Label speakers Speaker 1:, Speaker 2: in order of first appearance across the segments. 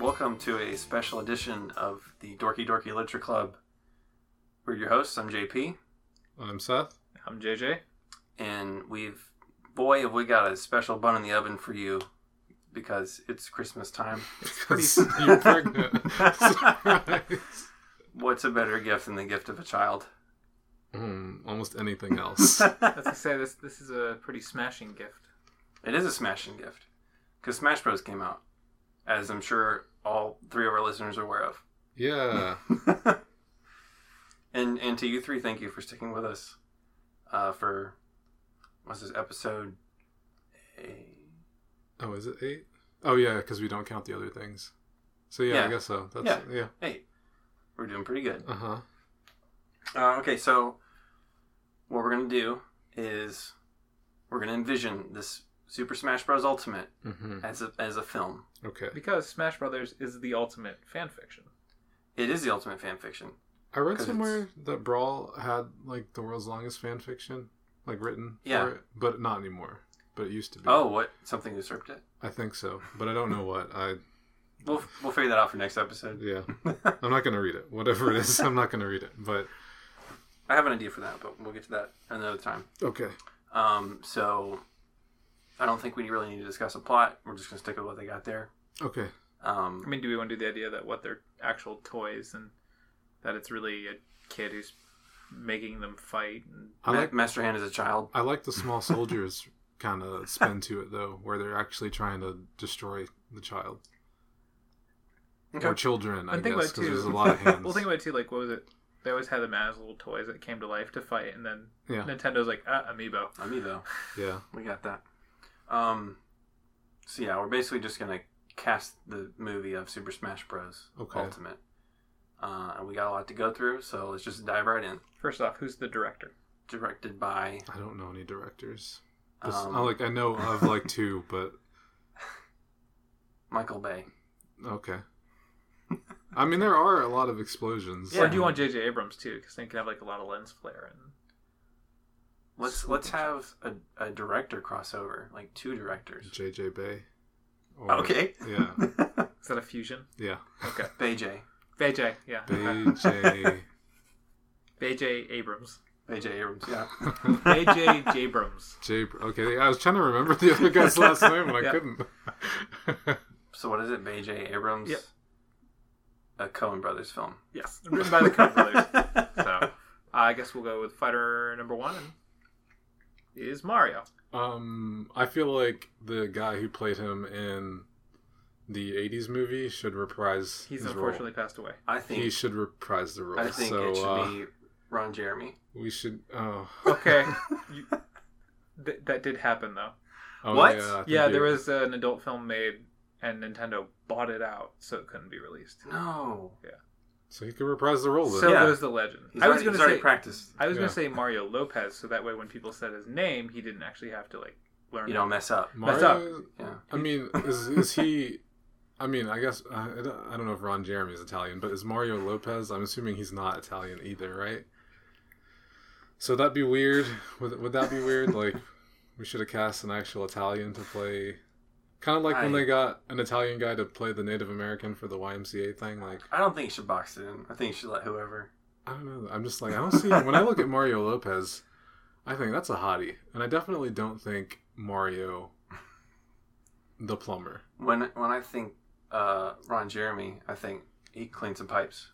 Speaker 1: welcome to a special edition of the Dorky Dorky Literature Club. We're your hosts. I'm JP,
Speaker 2: I'm Seth.
Speaker 3: I'm JJ.
Speaker 1: and we've boy have we got a special bun in the oven for you because it's Christmas time.
Speaker 2: It's
Speaker 1: pretty-
Speaker 2: You're pregnant. Surprise.
Speaker 1: What's a better gift than the gift of a child?
Speaker 2: Mm, almost anything else.
Speaker 3: As I say, this this is a pretty smashing gift.
Speaker 1: It is a smashing gift because Smash Bros came out, as I'm sure all three of our listeners are aware of.
Speaker 2: Yeah.
Speaker 1: and and to you three, thank you for sticking with us uh, for what's this episode? A-
Speaker 2: Oh, is it eight? Oh, yeah, because we don't count the other things. So yeah,
Speaker 1: Yeah.
Speaker 2: I guess so. That's yeah.
Speaker 1: Hey, we're doing pretty good.
Speaker 2: Uh huh.
Speaker 1: Uh, okay, so what we're gonna do is we're gonna envision this Super Smash Bros. Ultimate
Speaker 2: hmm
Speaker 1: as a as a film.
Speaker 2: Okay.
Speaker 3: Because Smash Brothers is the ultimate fan fiction.
Speaker 1: It is the ultimate fan fiction.
Speaker 2: I read
Speaker 1: 'Cause
Speaker 2: somewhere that Brawl had like the world's longest fan fiction, like written
Speaker 1: Yeah.
Speaker 2: for it, but not anymore. But it used to be.
Speaker 1: Oh, what something usurped it.
Speaker 2: I think so, but I don't know what. I
Speaker 1: We'll we'll figure that out for next episode.
Speaker 2: yeah. I'm not gonna read it. Whatever it is, I'm not gonna read it. But
Speaker 1: I have an idea for that, but we'll get to that another time.
Speaker 2: okay.
Speaker 1: Um, so I don't think we really need to discuss a plot. We're just gonna stick with what they got there.
Speaker 2: Okay.
Speaker 1: Um,
Speaker 3: I mean, do we want to do the idea that what they're actual toys and that it's really a kid who's making them fight? And
Speaker 2: I
Speaker 1: Ma-
Speaker 2: like
Speaker 1: Master Hand is a child.
Speaker 2: I like the small soldiers kind of spin to it though, where they're actually trying to destroy the child
Speaker 1: Okay.
Speaker 2: or children. I
Speaker 3: And think
Speaker 2: guess
Speaker 3: about it,
Speaker 2: because
Speaker 3: too.
Speaker 2: there's a lot of hands.
Speaker 3: well, think about it too. Like, what was it? They always had them as little toys that came to life to fight, and then
Speaker 2: Yeah.
Speaker 3: Nintendo's like, ah, amiibo.
Speaker 1: Amiibo.
Speaker 2: yeah.
Speaker 1: We got that. Um, so yeah, we're basically just gonna cast the movie of Super Smash Bros.
Speaker 2: Okay.
Speaker 1: Ultimate. Uh, and we got a lot to go through, so let's just dive right in.
Speaker 3: First off, who's the director?
Speaker 1: Directed by
Speaker 2: I don't know any directors. This,
Speaker 1: um,
Speaker 2: I like I know of like two, but
Speaker 1: Michael Bay.
Speaker 2: okay. I mean, there are a lot of explosions.
Speaker 3: Or do you want J.J. Abrams too? Because they can have like a lot of lens flare and
Speaker 1: Let's let's have a, a director crossover, like two directors.
Speaker 2: JJ Bay? Or-
Speaker 1: Okay.
Speaker 2: Yeah.
Speaker 3: is that a fusion?
Speaker 2: Yeah.
Speaker 3: Okay,
Speaker 1: Bay J.
Speaker 3: J.J. Yeah,
Speaker 2: BJ.
Speaker 3: J.J. Abrams.
Speaker 1: Bay J Abrams. Yeah.
Speaker 3: AJ Jabrams.
Speaker 2: J. Okay, I was trying to remember the other guy's last name and I
Speaker 3: Yeah.
Speaker 2: couldn't.
Speaker 1: So what is it? Bay J Abrams.
Speaker 3: Yep.
Speaker 1: A Coen Brothers film.
Speaker 3: Yes, written by the Coen Brothers. So I guess we'll go with fighter number one and is Mario.
Speaker 2: um, I feel like the guy who played him in the '80s movie should reprise.
Speaker 3: He's
Speaker 2: his
Speaker 3: unfortunately passed away.
Speaker 1: I
Speaker 2: Role.
Speaker 1: think
Speaker 2: He should reprise the role.
Speaker 1: I think
Speaker 2: so
Speaker 1: it should
Speaker 2: uh,
Speaker 1: be Ron Jeremy.
Speaker 2: we should. Oh,
Speaker 3: Okay, you, th- that did happen though.
Speaker 2: oh
Speaker 1: What?
Speaker 2: Yeah, I think
Speaker 3: Yeah, there
Speaker 2: you-
Speaker 3: was an adult film made, and Nintendo bought it out, so it couldn't be released.
Speaker 1: No.
Speaker 2: So he could reprise the role. Then.
Speaker 3: So
Speaker 1: Yeah.
Speaker 3: goes the legend.
Speaker 1: He's
Speaker 3: I was
Speaker 1: already,
Speaker 3: going
Speaker 1: he's
Speaker 3: to
Speaker 1: already
Speaker 3: say
Speaker 1: practiced.
Speaker 3: I was
Speaker 2: Oh, Yeah.
Speaker 3: going to say Mario Lopez, so that way when people said his name, he didn't actually have to like learn.
Speaker 1: You don't mess up.
Speaker 3: That's
Speaker 2: Mario.
Speaker 1: Yeah.
Speaker 2: I mean, is is he? I mean, I guess I, I don't- I don't know if Ron Jeremy is Italian, but is Mario Lopez? I'm assuming he's not Italian either, right? So that'd be weird. Would would that be weird? Like, we should have cast an actual Italian to play. Kind of like when
Speaker 1: I-
Speaker 2: they got an Italian guy to play the Native American for the YMCA thing. Like,
Speaker 1: I don't think you should box it in. I think you should let whoever.
Speaker 2: I don't know. I'm just like, I don't see. When I look at Mario Lopez, I think that's a hottie, and I definitely don't think Mario, the plumber.
Speaker 1: When when I think uh, Ron Jeremy, I think he cleans some pipes.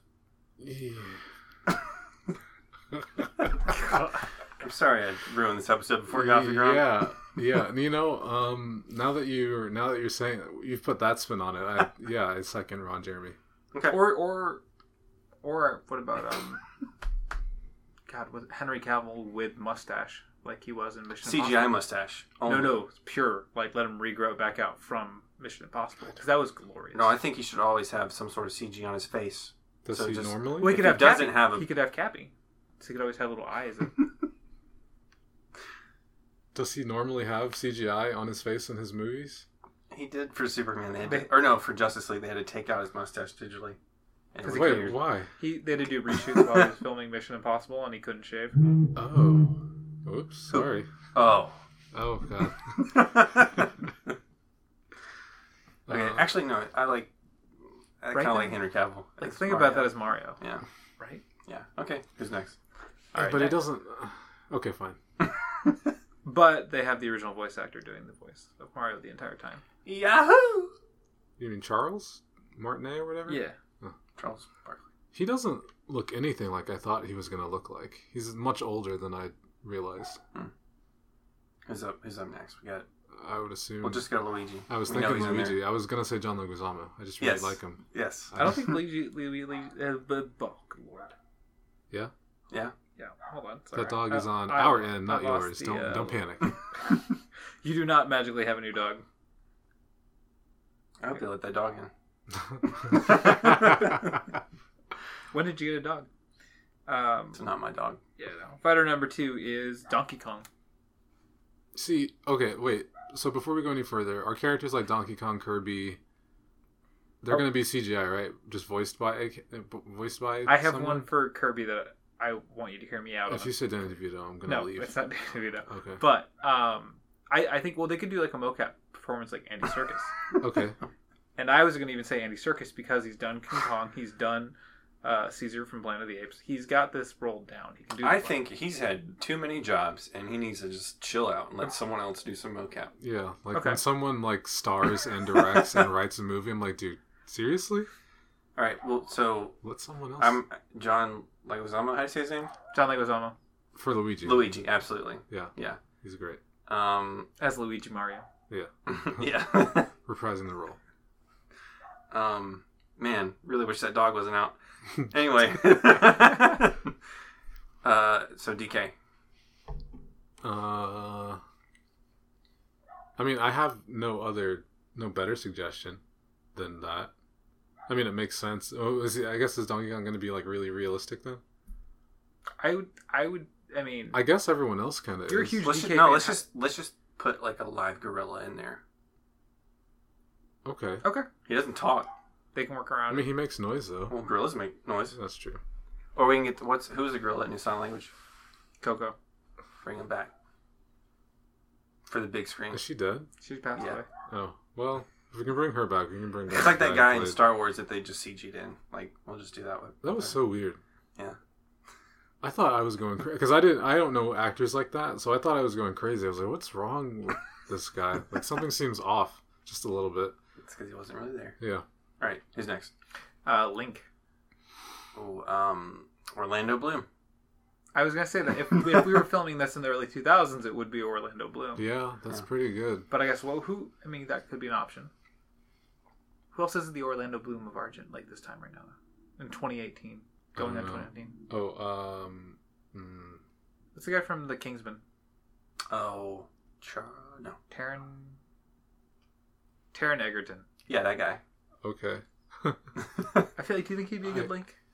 Speaker 1: I'm sorry I ruined this episode before we got off the ground.
Speaker 2: Yeah, yeah. And, you know, um, now that you're now that you're saying you've put that spin on it, I, yeah, I second Ron Jeremy.
Speaker 1: Okay.
Speaker 3: Or or or what about um? God, was it Henry Cavill with mustache like he was in Mission
Speaker 1: CGI mustache.
Speaker 3: Impossible?
Speaker 1: only.
Speaker 3: No, no, it's pure. Like let him regrow it back out from Mission Impossible because that was glorious.
Speaker 1: No, I think he should always have some sort of CG on his face.
Speaker 2: Does
Speaker 1: So
Speaker 2: he
Speaker 1: just-
Speaker 2: normally?
Speaker 3: well, he
Speaker 1: if
Speaker 3: could
Speaker 1: he
Speaker 3: have
Speaker 1: doesn't
Speaker 3: Cappy.
Speaker 1: have a-
Speaker 3: he could have Cappy, so he could always have little eyes. And,
Speaker 2: Does he normally have CGI on his face in his movies?
Speaker 1: He did for Superman. They had to,
Speaker 3: They-
Speaker 1: or no, for Justice League, they had to take out his mustache digitally. And it
Speaker 3: 'Cause
Speaker 1: was
Speaker 3: he
Speaker 2: Wait,
Speaker 3: could-
Speaker 2: why?
Speaker 3: he they had to do reshoots while he was filming Mission Impossible, and he couldn't shave.
Speaker 2: Oh, oops, sorry.
Speaker 1: oh.
Speaker 2: Oh god.
Speaker 1: okay,
Speaker 2: Uh,
Speaker 1: actually, no. I like I
Speaker 3: Right
Speaker 1: kind of like
Speaker 3: then.
Speaker 1: Henry Cavill.
Speaker 3: Like,
Speaker 1: as
Speaker 3: think
Speaker 1: Mario.
Speaker 3: about that as Mario,
Speaker 1: yeah,
Speaker 3: right?
Speaker 1: yeah. Okay, who's next?
Speaker 3: All right,
Speaker 2: but
Speaker 3: next.
Speaker 2: it doesn't. uh, Okay, fine.
Speaker 3: But they have the original voice actor doing the voice of Mario the entire time.
Speaker 1: Yahoo!
Speaker 2: You mean Charles Martinet or whatever?
Speaker 3: Yeah.
Speaker 1: Charles Barkley.
Speaker 2: He doesn't look anything like I thought he was gonna look like. He's much older than I realized.
Speaker 1: Who's up? Who's up next? We got.
Speaker 2: I would assume.
Speaker 1: We'll just go Luigi.
Speaker 2: I was
Speaker 1: We know
Speaker 2: thinking
Speaker 1: he's in there.
Speaker 2: Luigi. I was gonna say John Leguizamo. I just really
Speaker 1: Yes.
Speaker 2: like him.
Speaker 1: Yes.
Speaker 3: I don't think Luigi, Luigi, Luigi uh, the oh, good lord.
Speaker 2: Yeah?
Speaker 1: Yeah.
Speaker 3: Yeah. Hold on. it's all
Speaker 2: That
Speaker 3: right.
Speaker 2: dog is
Speaker 3: Uh,
Speaker 2: on
Speaker 3: I-
Speaker 2: our end,
Speaker 3: I
Speaker 2: not
Speaker 3: lost
Speaker 2: yours.
Speaker 3: the,
Speaker 2: don't
Speaker 3: uh,
Speaker 2: don't panic.
Speaker 3: you do not magically have a new dog.
Speaker 1: I hope they let that dog in.
Speaker 3: When did you get a dog? Um,
Speaker 1: It's not my dog.
Speaker 3: yeah. No. Fighter number two is Donkey Kong.
Speaker 2: See, okay, wait. So before we go any further, are characters like Donkey Kong, Kirby, they're
Speaker 3: Oh.
Speaker 2: going to be CGI, right? Just voiced by a- uh, b- voiced by.
Speaker 3: I have
Speaker 2: someone?
Speaker 3: one for Kirby that I want you to hear me out.
Speaker 2: If
Speaker 3: on.
Speaker 2: you say Danny DeVito, I'm gonna
Speaker 3: no,
Speaker 2: leave.
Speaker 3: it's not Danny DeVito.
Speaker 2: Okay.
Speaker 3: But um, I, I think well they could do like a mocap performance like Andy Circus.
Speaker 2: Okay.
Speaker 3: and I was going to even say Andy Circus because he's done King Kong, he's done uh, Caesar from Planet of the Apes. He's got this rolled down. He can do.
Speaker 1: I
Speaker 3: the-
Speaker 1: think he's had too many jobs, and he needs to just chill out
Speaker 2: Oh.
Speaker 1: and let someone else do some mocap.
Speaker 2: Yeah. Like
Speaker 3: Okay.
Speaker 2: when someone like stars and directs and writes a movie, I'm like, dude, seriously?
Speaker 1: All right. Well, so
Speaker 2: Let someone else
Speaker 1: I'm John Leguizamo. How do you say his name?
Speaker 3: John Leguizamo
Speaker 2: for Luigi.
Speaker 1: Luigi. Absolutely.
Speaker 2: Yeah.
Speaker 1: Yeah.
Speaker 2: He's great.
Speaker 1: Um.
Speaker 3: as Luigi Mario.
Speaker 1: yeah.
Speaker 2: Reprising the role.
Speaker 1: um. Man, really wish that dog wasn't out. Anyway. uh. So DK.
Speaker 2: Uh, I mean, I have no other, no better suggestion than that. I mean, it makes sense. Oh, is he, I guess is Donkey Kong going to be like really realistic then?
Speaker 3: I would. I would. I mean,
Speaker 2: I guess everyone else kind of.
Speaker 3: You're a huge-
Speaker 1: Let's
Speaker 3: DK
Speaker 1: just, no.
Speaker 3: fan.
Speaker 1: Let's just let's just put like a live gorilla in there.
Speaker 2: Okay.
Speaker 3: okay.
Speaker 1: He doesn't talk.
Speaker 3: They can work
Speaker 2: I
Speaker 3: around.
Speaker 2: mean, he makes noise though.
Speaker 1: Well, gorillas make noise.
Speaker 2: That's true.
Speaker 1: Or we can get what's who's a gorilla in new sign language?
Speaker 3: Coco.
Speaker 1: Bring him back for the big screen.
Speaker 2: Is she dead?
Speaker 3: She's passed
Speaker 1: Yeah.
Speaker 3: away.
Speaker 2: Oh well, if we can bring her back, we can bring.
Speaker 1: It's
Speaker 2: back
Speaker 1: like
Speaker 2: the
Speaker 1: that guy
Speaker 2: who
Speaker 1: in
Speaker 2: played-
Speaker 1: Star Wars that they just CG'd in. Like, we'll just do that one.
Speaker 2: That was so weird.
Speaker 1: Yeah.
Speaker 2: I thought I was going crazy because I didn't. I don't know actors like that, so I thought I was going crazy. I was like, "What's wrong with this guy? Like something seems off just a little bit."
Speaker 1: It's because he wasn't really there.
Speaker 2: Yeah.
Speaker 1: All right, who's next?
Speaker 3: Uh, Link.
Speaker 1: Oh, um, Orlando Bloom.
Speaker 3: I was gonna say that if, if we were filming this in the early 2000s, it would be Orlando Bloom.
Speaker 2: Yeah, that's
Speaker 1: Yeah.
Speaker 2: pretty good.
Speaker 3: But I guess well, who? I mean, that could be an option. Who else is the Orlando Bloom of Argent like this time right now? In 2018, going
Speaker 2: I
Speaker 3: on
Speaker 2: don't know.
Speaker 3: 2019.
Speaker 2: Oh, um, mm,
Speaker 3: What's the guy from The Kingsman?
Speaker 1: Oh, Char. No.
Speaker 3: Taron. Taron Egerton.
Speaker 1: Yeah, that guy.
Speaker 2: okay.
Speaker 3: I feel like. Do you think he'd be a good
Speaker 2: I-
Speaker 3: Link?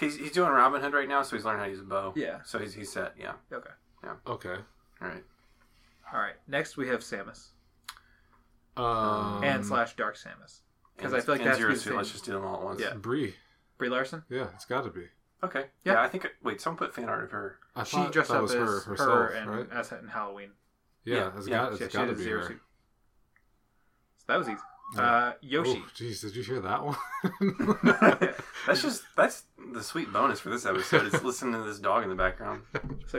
Speaker 1: 'Cause he's doing Robin Hood right now, so he's learning how to use a bow.
Speaker 3: Yeah.
Speaker 1: So he's, he's set, yeah.
Speaker 3: Okay.
Speaker 2: Okay.
Speaker 1: All right.
Speaker 3: All right. Next we have Samus
Speaker 2: Um,
Speaker 3: and slash Dark Samus. 'Cause I feel like
Speaker 1: and
Speaker 3: that's
Speaker 1: zero
Speaker 3: the
Speaker 1: suit, let's
Speaker 3: same.
Speaker 1: just do them all at once.
Speaker 3: Yeah.
Speaker 2: Brie.
Speaker 3: Brie Larson.
Speaker 2: Yeah, it's got to be.
Speaker 1: Okay. Yeah.
Speaker 3: Yeah.
Speaker 1: I think, wait, someone put fan art of her.
Speaker 2: I
Speaker 3: She
Speaker 2: thought
Speaker 3: dressed
Speaker 2: that
Speaker 3: up
Speaker 2: was
Speaker 3: as
Speaker 2: her
Speaker 3: her,
Speaker 2: herself,
Speaker 3: and
Speaker 2: right?
Speaker 3: as in Halloween.
Speaker 2: yeah,
Speaker 1: yeah,
Speaker 2: it's
Speaker 1: yeah,
Speaker 2: got
Speaker 3: Yeah,
Speaker 2: it's
Speaker 3: she
Speaker 2: got
Speaker 3: had
Speaker 2: to
Speaker 3: a
Speaker 2: be
Speaker 3: zero
Speaker 2: her.
Speaker 3: suit. So that was easy.
Speaker 2: Yeah.
Speaker 3: Uh, Yoshi.
Speaker 2: Oh, jeez, did you hear that one?
Speaker 1: That's just, that's the sweet bonus for this episode is listening to this dog in the background.
Speaker 3: So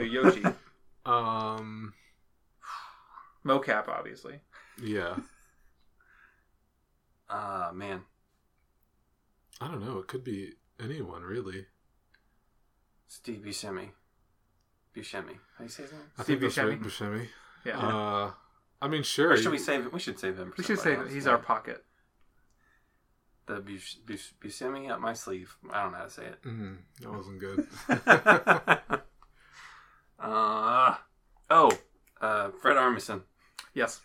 Speaker 3: Yoshi.
Speaker 2: um,
Speaker 3: Mocap, obviously.
Speaker 2: yeah.
Speaker 1: Ah, man.
Speaker 2: I don't know. It could be anyone really.
Speaker 1: Steve Buscemi. Buscemi. How do you say his name?
Speaker 2: I
Speaker 3: Steve
Speaker 2: think that's right,
Speaker 3: Buscemi?
Speaker 2: Buscemi.
Speaker 3: Yeah.
Speaker 2: Uh, I mean, sure.
Speaker 1: Or should
Speaker 2: you-
Speaker 1: we save We should save him. for
Speaker 3: we should
Speaker 1: somebody
Speaker 3: say that
Speaker 1: else,
Speaker 3: he's
Speaker 1: yeah.
Speaker 3: our pocket.
Speaker 1: the Bus- Bus- Buscemi up my sleeve. I don't know how to say it.
Speaker 2: Mm, that wasn't good.
Speaker 1: uh, oh, uh, Fred Armisen.
Speaker 3: Yes.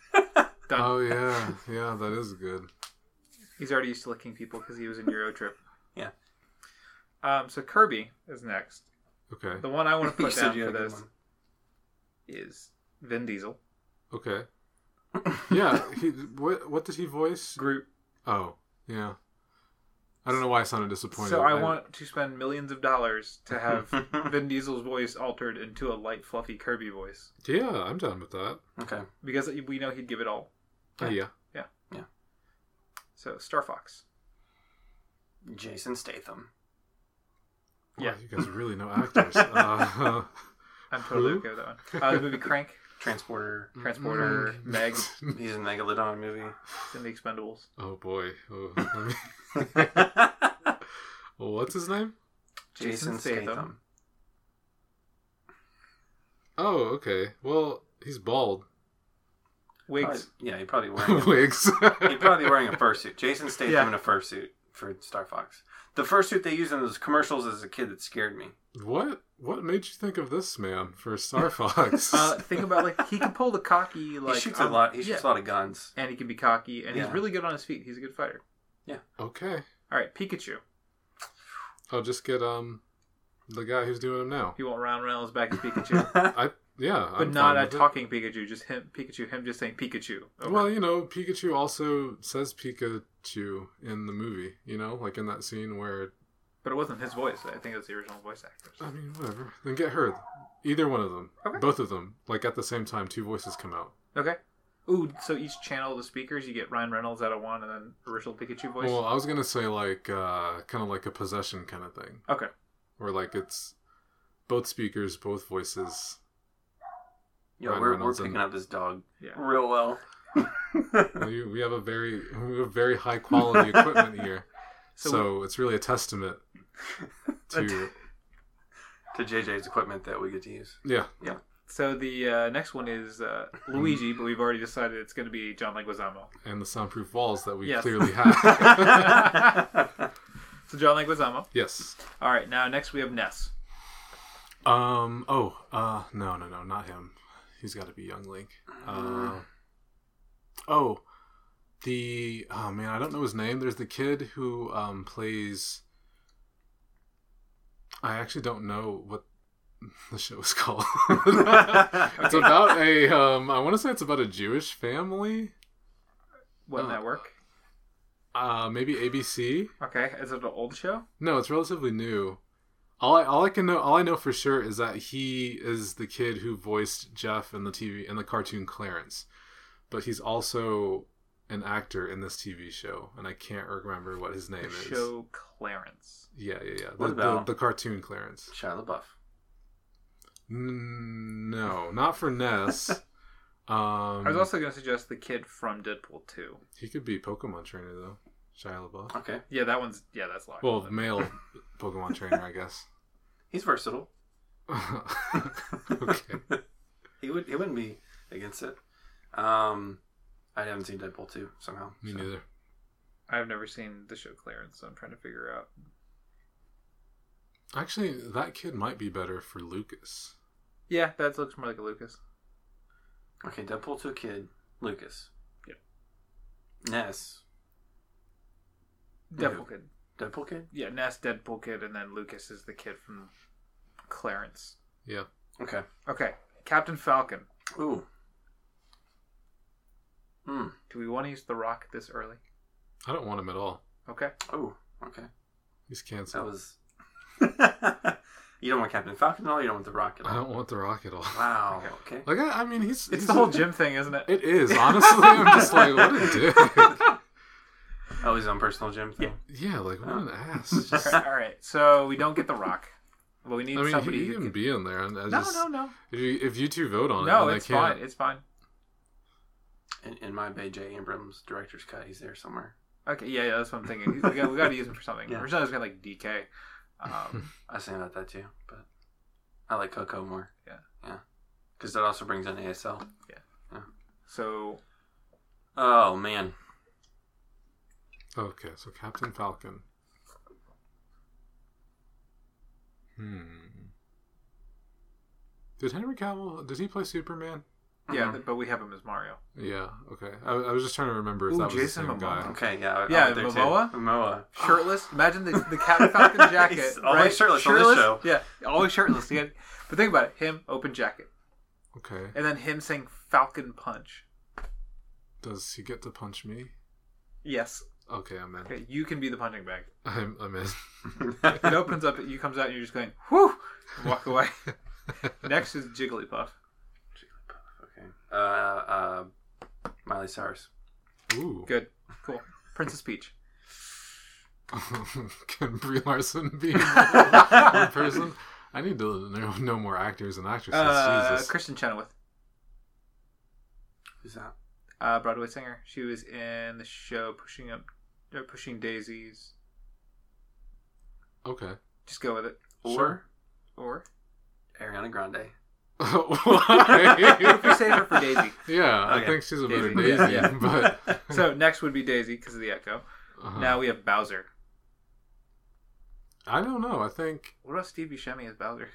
Speaker 3: Done.
Speaker 2: oh yeah, yeah, that is good.
Speaker 3: He's already used to licking people because he was in Euro Trip.
Speaker 1: Yeah.
Speaker 3: Um, so Kirby is next.
Speaker 2: Okay,
Speaker 3: The one I want to
Speaker 1: You
Speaker 3: put
Speaker 1: said
Speaker 3: down
Speaker 1: you
Speaker 3: for
Speaker 1: had a good
Speaker 3: this
Speaker 1: one.
Speaker 3: is Vin Diesel.
Speaker 2: okay. Yeah, he what what did he voice?
Speaker 3: Group.
Speaker 2: Oh, yeah. I don't know why I sounded disappointed.
Speaker 3: So I want to spend millions of dollars to have Vin Diesel's voice altered into a light, fluffy Kirby voice
Speaker 2: Yeah, I'm done with that.
Speaker 1: okay.
Speaker 3: because we know he'd give it all.
Speaker 2: Yeah.
Speaker 1: Yeah.
Speaker 3: So Star Fox.
Speaker 1: Jason Statham.
Speaker 2: Yeah,
Speaker 3: Yeah.
Speaker 2: you guys really know actors. uh,
Speaker 3: I'm totally
Speaker 2: Who?
Speaker 3: okay with that one. Uh, the movie Crank,
Speaker 1: Transporter.
Speaker 3: Transporter,
Speaker 2: mm.
Speaker 3: Meg,
Speaker 1: He's in the Megalodon movie.
Speaker 3: it's in the Expendables.
Speaker 2: oh boy, oh, let me- what's his name?
Speaker 1: Jason Statham.
Speaker 2: Oh, okay. Well, he's bald.
Speaker 3: Wigs.
Speaker 1: Probably- yeah, he probably wearing. A,
Speaker 2: Wigs.
Speaker 1: he's probably wearing a fursuit. Jason Statham
Speaker 3: Yeah.
Speaker 1: in a fursuit for Star Fox. The fursuit they used in those commercials as a kid that scared me.
Speaker 2: What? What made you think of this man for Star Fox?
Speaker 3: Uh, think about like he can pull the cocky like
Speaker 1: he shoots
Speaker 3: um,
Speaker 1: a lot. He
Speaker 3: yeah.
Speaker 1: shoots a lot of guns.
Speaker 3: and he can be cocky and
Speaker 1: Yeah.
Speaker 3: he's really good on his feet. He's a good fighter.
Speaker 2: okay,
Speaker 3: All right, Pikachu.
Speaker 2: I'll just get um the guy who's doing him now.
Speaker 3: You want Ryan Reynolds back as Pikachu,
Speaker 2: Yeah,
Speaker 3: but
Speaker 2: I'm
Speaker 3: not
Speaker 2: fine
Speaker 3: a
Speaker 2: with it.
Speaker 3: talking Pikachu, just him Pikachu, him just saying Pikachu. over
Speaker 2: Well, you know, Pikachu also says Pikachu in the movie. You know, like in that scene where
Speaker 3: But it wasn't his voice. I think it was the original voice
Speaker 2: I
Speaker 3: actors.
Speaker 2: mean, whatever. Then get her. Either one of them.
Speaker 3: Okay.
Speaker 2: Both of them. Like at the same time, two voices come out.
Speaker 3: Okay. Ooh, so each channel of the speakers, you get Ryan Reynolds out of one, and then original Pikachu voice.
Speaker 2: Well, I was gonna say like uh, kind of like a possession kind of thing.
Speaker 3: Okay.
Speaker 2: Where like it's both speakers, both voices.
Speaker 1: Yeah,
Speaker 2: Ryan
Speaker 1: we're, we're
Speaker 2: Reynolds and-
Speaker 1: picking up this dog
Speaker 3: Yeah.
Speaker 1: real well.
Speaker 2: we, we have a very we have very high quality equipment here, so,
Speaker 3: So,
Speaker 2: it's really a testament to
Speaker 1: to JJ's equipment that we get to use.
Speaker 2: yeah.
Speaker 3: so the uh, next one is uh, Luigi, but we've already decided it's going to be John Leguizamo.
Speaker 2: And the soundproof walls that we
Speaker 3: Yes.
Speaker 2: clearly have.
Speaker 3: So John Leguizamo.
Speaker 2: yes.
Speaker 3: All right, now next we have Ness.
Speaker 2: Um. Oh. Uh. No. No. No. Not him. He's got to be Young Link. Uh, oh, the oh man, I don't know his name. There's the kid who um plays. I actually don't know what the show is called. it's about a um. I want to say it's about a Jewish family.
Speaker 3: What
Speaker 2: Oh.
Speaker 3: that network?
Speaker 2: Uh, maybe ABC.
Speaker 3: Okay, is it an old show?
Speaker 2: No, it's relatively new. All I, all I can know all I know for sure is that he is the kid who voiced Jeff in the TV in the cartoon Clarence, but he's also an actor in this TV show, and I can't remember what his name
Speaker 3: The
Speaker 2: is.
Speaker 3: show Clarence.
Speaker 2: Yeah, yeah, yeah. The,
Speaker 1: What about-
Speaker 2: the, the cartoon Clarence?
Speaker 1: Shia LaBeouf.
Speaker 2: N- No, not for Ness. um,
Speaker 3: I was also going to suggest the kid from Deadpool 2.
Speaker 2: he could be Pokemon trainer though, Shia LaBeouf.
Speaker 1: Okay,
Speaker 3: Yeah, that one's yeah, that's locked.
Speaker 2: Well, male Pokemon trainer, I guess.
Speaker 1: he's versatile.
Speaker 2: okay.
Speaker 1: He would he wouldn't be against it. Um, I haven't seen Deadpool two somehow.
Speaker 2: Me
Speaker 1: so.
Speaker 2: neither.
Speaker 3: I've never seen the show Clarence, so I'm trying to figure out.
Speaker 2: Actually, that kid might be better for Lucas.
Speaker 3: Yeah, that looks more like a Lucas.
Speaker 1: Okay, Deadpool two kid Lucas.
Speaker 3: Yep.
Speaker 1: Ness
Speaker 3: Deadpool
Speaker 2: Okay.
Speaker 3: kid.
Speaker 1: Deadpool kid.
Speaker 3: Yeah, Ness Deadpool kid, and then Lucas is the kid from Clarence.
Speaker 2: Yeah.
Speaker 1: Okay.
Speaker 3: Okay, Captain Falcon.
Speaker 1: Ooh. Hmm.
Speaker 3: Do we want to use The Rock this early?
Speaker 2: I don't want him at all.
Speaker 3: Okay.
Speaker 1: Oh. Okay.
Speaker 2: He's
Speaker 1: That
Speaker 2: canceled.
Speaker 1: was. you don't want Captain Falcon at all. You don't want the Rocket.
Speaker 3: Uh,
Speaker 2: I don't want The Rock at all.
Speaker 1: Wow. Okay.
Speaker 2: Like, I, I mean, he's.
Speaker 3: It's
Speaker 2: he's
Speaker 3: the whole
Speaker 2: a-
Speaker 3: gym thing, isn't it?
Speaker 2: It is, honestly. I'm just like, what a dick.
Speaker 1: Oh, he's on personal gym thing.
Speaker 2: Yeah, like, what an ass.
Speaker 3: All right, all right, so we don't get The Rock, but we
Speaker 2: I
Speaker 3: need
Speaker 2: mean,
Speaker 3: somebody
Speaker 2: he
Speaker 3: who
Speaker 2: can
Speaker 3: can.
Speaker 2: be in there. And I
Speaker 3: No,
Speaker 2: just,
Speaker 3: no, no,
Speaker 2: If you, if you two vote on it,
Speaker 3: no.
Speaker 2: then
Speaker 3: It's
Speaker 2: I can't.
Speaker 3: fine. It's fine.
Speaker 1: In, in my Bay J Abrams director's cut, he's there somewhere.
Speaker 3: Okay, yeah, yeah, that's what I'm thinking. We got, we got to use him for something.
Speaker 1: Yeah.
Speaker 3: We're just gonna like DK. Um,
Speaker 1: I was thinking about that too, but I like Coco more.
Speaker 3: Yeah.
Speaker 1: Yeah. Because that also brings in ASL.
Speaker 3: so
Speaker 1: Oh man.
Speaker 2: Okay, so Captain Falcon. Hmm. Did Henry Cavill. Did he play Superman?
Speaker 3: yeah,
Speaker 1: Mhm.
Speaker 3: th- but we have him as Mario.
Speaker 2: Yeah, okay. I, I was just trying to remember if
Speaker 3: Ooh,
Speaker 2: that was
Speaker 3: Jason
Speaker 2: the same guy.
Speaker 3: Momoa.
Speaker 1: Mm-hmm. Okay. Yeah. I- I
Speaker 3: Yeah,
Speaker 1: went there, too.
Speaker 3: Momoa?
Speaker 1: Momoa.
Speaker 3: Shirtless. Imagine the, the Captain Falcon jacket.
Speaker 1: Ah. He's always
Speaker 3: right?
Speaker 1: shirtless on this show.
Speaker 3: Yeah, always shirtless. Yeah. But think about it. Him open jacket,
Speaker 2: Okay.
Speaker 3: and then him saying Falcon Punch.
Speaker 2: Does he get to punch me?
Speaker 3: Yes.
Speaker 2: Okay, I'm in.
Speaker 3: Okay, you can be the punching bag.
Speaker 2: I'm, I'm in.
Speaker 3: It opens up. You comes out. and You're just going whew. and Walk away. Next is Jigglypuff.
Speaker 1: okay. Uh, uh, Miley Cyrus.
Speaker 2: Ooh.
Speaker 3: Good. Cool. Princess Peach.
Speaker 2: Can Brie Larson be one person? I need to know, know more actors and actresses.
Speaker 3: Uh,
Speaker 2: Jesus.
Speaker 3: Kristen Chenoweth,
Speaker 1: Who's that?
Speaker 3: uh, Broadway singer. She was in the show Pushing Up, or Pushing Daisies.
Speaker 2: Okay.
Speaker 3: Just go with it.
Speaker 1: Or
Speaker 3: Or
Speaker 1: Ariana Grande.
Speaker 3: if you
Speaker 2: Why?
Speaker 3: save her for Daisy.
Speaker 2: yeah, I
Speaker 1: Okay.
Speaker 2: think she's a better
Speaker 3: Daisy.
Speaker 2: Daisy,
Speaker 3: Yeah,
Speaker 2: but
Speaker 3: So next would be Daisy because of the echo.
Speaker 2: uh,
Speaker 3: Now we have Bowser.
Speaker 2: I don't know. I think
Speaker 3: What about Steve Buscemi as Bowser?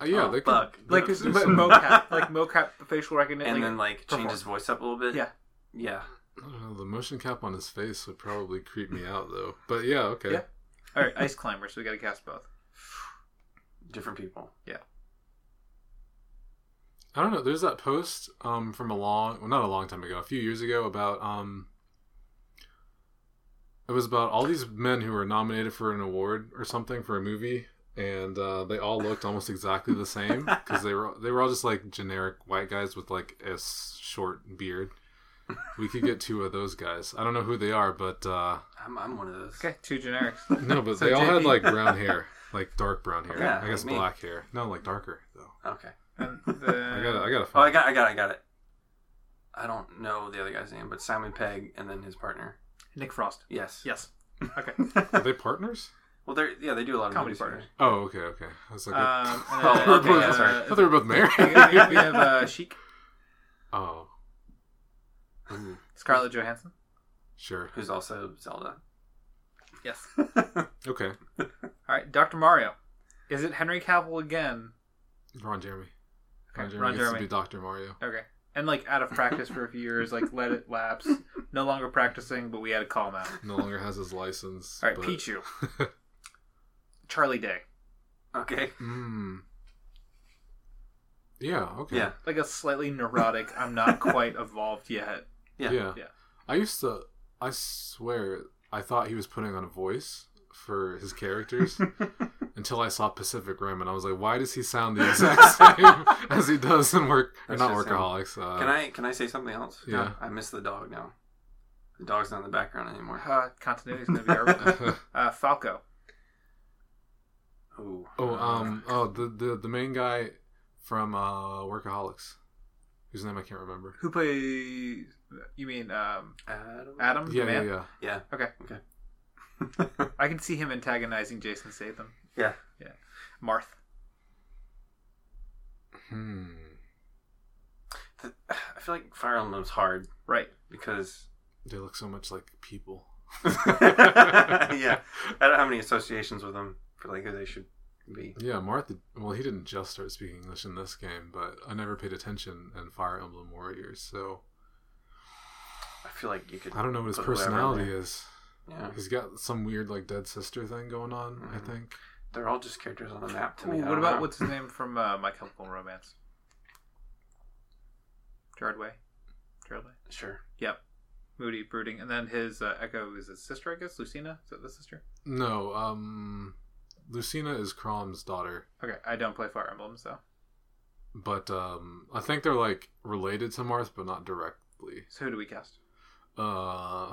Speaker 2: uh, yeah,
Speaker 1: Oh,
Speaker 2: they could,
Speaker 1: fuck.
Speaker 2: they
Speaker 3: Like
Speaker 2: could
Speaker 3: his
Speaker 2: do
Speaker 3: mo-
Speaker 2: some-
Speaker 3: mocap, like mocap facial recognition.
Speaker 1: and
Speaker 3: like-
Speaker 1: then like
Speaker 3: perform.
Speaker 1: change his voice up a little bit.
Speaker 3: Yeah.
Speaker 1: Yeah.
Speaker 2: I don't know, the motion cap on his face would probably creep me out though. But yeah, okay.
Speaker 3: Yeah. all right, Ice Climber. So we got to cast both.
Speaker 1: Different people.
Speaker 2: I don't know. There's that post um, from a long, well, not a long time ago, a few years ago about um, it was about all these men who were nominated for an award or something for a movie, and uh, they all looked almost exactly the same because they were they were all just like generic white guys with like a s- short beard. We could get two of those guys. I don't know who they are, but uh,
Speaker 1: I'm, I'm one of those.
Speaker 3: Okay, two generics.
Speaker 2: no, but
Speaker 3: So
Speaker 2: they all had
Speaker 3: JP.
Speaker 2: like brown hair, like dark brown hair.
Speaker 1: Yeah,
Speaker 2: I guess
Speaker 1: like me.
Speaker 2: black hair. No, like darker though.
Speaker 1: Okay.
Speaker 3: And the,
Speaker 2: I gotta, I gotta
Speaker 1: Oh,
Speaker 2: find.
Speaker 1: I got, I got, I got it. I don't know the other guy's name, but Simon Pegg and then his partner.
Speaker 3: Nick Frost.
Speaker 1: Yes.
Speaker 3: Yes. Okay.
Speaker 2: Are they partners?
Speaker 1: Well, they're yeah, they do a lot of
Speaker 3: Comedy
Speaker 1: movies
Speaker 3: partners.
Speaker 1: together.
Speaker 2: Oh, okay, okay. I was like,
Speaker 3: Um, and
Speaker 1: Oh,
Speaker 3: then,
Speaker 1: okay,
Speaker 3: uh,
Speaker 1: yeah, sorry.
Speaker 2: I thought they were both
Speaker 3: we have- we
Speaker 2: married.
Speaker 3: have uh, Chic,
Speaker 2: oh. Ooh,
Speaker 3: Scarlett Johansson.
Speaker 2: sure.
Speaker 1: Who's also Zelda.
Speaker 3: Yes.
Speaker 2: Okay.
Speaker 3: All right, Doctor Mario. Is it Henry Cavill again?
Speaker 2: Ron Jeremy.
Speaker 3: Okay,
Speaker 2: Ron Jeremy
Speaker 3: Ron
Speaker 2: gets
Speaker 3: Jeremy.
Speaker 2: to be Dr. Mario.
Speaker 3: Okay. And like out of practice for a few years, like let it lapse. No longer practicing, but we had to call him out.
Speaker 2: No longer has his license.
Speaker 3: All right,
Speaker 2: but-
Speaker 3: Pichu. Charlie Day.
Speaker 1: Okay.
Speaker 2: Mm. Yeah, okay.
Speaker 1: Yeah.
Speaker 3: Like a slightly neurotic, I'm not quite evolved yet.
Speaker 1: Yeah.
Speaker 2: yeah.
Speaker 3: Yeah.
Speaker 2: I used to, I swear, I thought he was putting on a voice for his characters until I saw Pacific Rim and I was like, why does he sound the exact same as he does in work, or
Speaker 1: That's
Speaker 2: not
Speaker 1: just him.
Speaker 2: workaholics? Uh,
Speaker 1: Can I can I say something else?
Speaker 2: Yeah.
Speaker 1: I miss the dog now. The dog's not in the background anymore.
Speaker 3: Uh, continuity's gonna be horrible. Uh, Falco.
Speaker 1: Ooh.
Speaker 2: Oh, um, oh, the the, the main guy from uh, Workaholics, whose name I can't remember.
Speaker 3: Who plays? You mean um,
Speaker 1: Adam.
Speaker 3: Adam? the
Speaker 2: Yeah, yeah,
Speaker 3: man?
Speaker 2: yeah.
Speaker 1: Yeah.
Speaker 3: Okay.
Speaker 1: Okay.
Speaker 3: I can see him antagonizing Jason Statham.
Speaker 1: Yeah.
Speaker 3: Yeah. Marth.
Speaker 2: Hmm.
Speaker 1: The- I feel like Fire Emblem's hard
Speaker 3: Right.
Speaker 1: because
Speaker 2: They look so much like people.
Speaker 1: yeah, I don't have any associations with them for like who they should be.
Speaker 2: Yeah, Martha. Well, he didn't just start speaking English in this game, but I never paid attention in Fire Emblem Warriors, so
Speaker 1: I feel like you could.
Speaker 2: I don't know what his
Speaker 1: Put whatever in
Speaker 2: personality is.
Speaker 1: Yeah,
Speaker 2: He's got some weird like dead sister thing going on. I
Speaker 1: Mhm.
Speaker 2: think.
Speaker 1: they're all just characters on the map to me. I
Speaker 3: Ooh, what
Speaker 1: don't
Speaker 3: about
Speaker 1: know.
Speaker 3: what's his name from uh, My Chemical Romance? Gerard Way. Gerard Way.
Speaker 1: Sure.
Speaker 3: Moody, brooding, and then his uh, Echo is his sister, I guess. Lucina. Is that the sister?
Speaker 2: No. Um, Lucina is Crom's daughter.
Speaker 3: Okay, I don't play Fire Emblem, so
Speaker 2: but um i think they're like related to marth but not directly
Speaker 3: so who do we cast?
Speaker 2: uh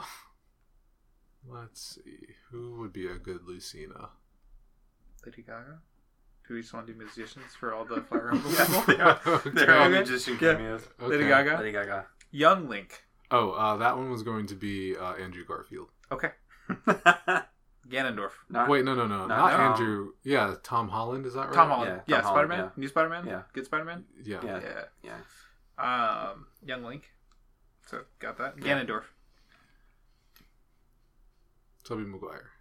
Speaker 2: let's see who would be a good lucina
Speaker 3: Lady Gaga. Do we just want to do musicians for all the Fire Emblem
Speaker 1: Yeah.
Speaker 3: people?
Speaker 1: They are- They're all
Speaker 3: Okay.
Speaker 1: magician
Speaker 3: Yeah.
Speaker 1: cameos.
Speaker 3: Lady
Speaker 2: Okay.
Speaker 3: Gaga.
Speaker 1: Lady Gaga.
Speaker 3: Young Link.
Speaker 2: oh uh that one was going to be uh andrew garfield
Speaker 3: Okay. Ganondorf.
Speaker 1: Not-
Speaker 2: wait no no no
Speaker 1: Not
Speaker 2: not,
Speaker 1: Tom.
Speaker 2: andrew yeah tom holland is that right
Speaker 3: Tom Holland.
Speaker 1: Yeah,
Speaker 3: Yeah,
Speaker 1: Tom Holland,
Speaker 3: Spider Man.
Speaker 1: yeah.
Speaker 3: New Spider Man.
Speaker 1: Yeah.
Speaker 3: Good Spider Man.
Speaker 2: yeah,
Speaker 1: Yeah.
Speaker 3: Yeah.
Speaker 1: Yeah.
Speaker 3: Um, Young Link. So got that.
Speaker 1: Yeah.
Speaker 3: Ganondorf.
Speaker 2: toby maguire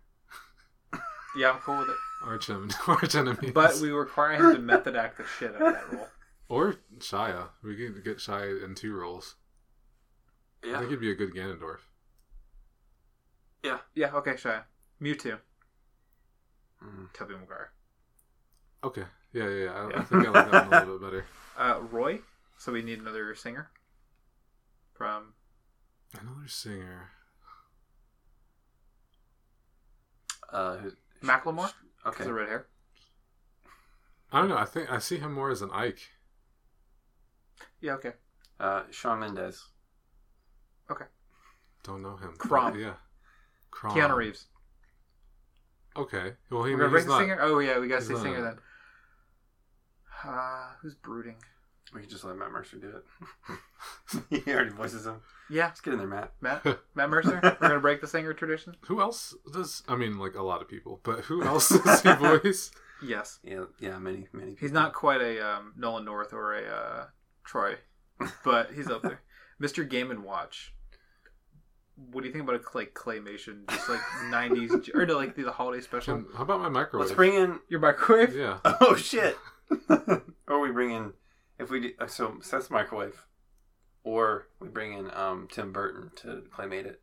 Speaker 3: Yeah, I'm cool with it.
Speaker 2: arch, en- arch enemies
Speaker 3: But we require him to method act the shit out of that role.
Speaker 2: or shia we could get shia in two roles i
Speaker 1: Yeah.
Speaker 2: think he'd be a good ganondorf
Speaker 3: Yeah. Okay, Shia. Mewtwo.
Speaker 1: Mm.
Speaker 3: Tobey Maguire.
Speaker 2: okay yeah yeah, yeah. I,
Speaker 3: Yeah.
Speaker 2: I think i like that one a little bit better
Speaker 3: Uh, Roy. So we need another singer. From
Speaker 2: another singer
Speaker 1: Uh, who,
Speaker 3: Macklemore.
Speaker 1: okay.
Speaker 3: Because of red hair.
Speaker 2: I don't know. I think I see him more as an Ike.
Speaker 3: Yeah. Okay.
Speaker 1: Uh, Sean Mendez.
Speaker 2: Don't know him.
Speaker 3: Crom.
Speaker 2: Yeah. Crom. Um,
Speaker 3: Keanu Reeves.
Speaker 2: Okay. Well, he,
Speaker 3: We're gonna
Speaker 2: he's
Speaker 3: break the
Speaker 2: not.
Speaker 3: singer. Oh yeah, we gotta
Speaker 2: he's
Speaker 3: say
Speaker 2: not-
Speaker 3: singer then. Uh, who's brooding?
Speaker 1: We could just let Matt Mercer do it. he already voices him.
Speaker 3: Yeah,
Speaker 1: Let's get in there, Matt.
Speaker 3: Matt. Matt Mercer. We're gonna break the singer tradition.
Speaker 2: Who else does? I mean, like a lot of people, but who else does he voice?
Speaker 3: Yes,
Speaker 1: Yeah, yeah, many, many.
Speaker 3: he's
Speaker 1: people.
Speaker 3: not quite a um, Nolan North or a uh, Troy, but he's up there. Mr. Game and Watch. What do you think about a like claymation, just like '90s j- or no, like the holiday special?
Speaker 2: Can, how about my microwave?
Speaker 1: Let's bring in.
Speaker 3: Your microwave.
Speaker 2: Yeah.
Speaker 1: Oh shit! or we bring in if we do, uh, so Seth's microwave, or we bring in um, Tim Burton to claymate it.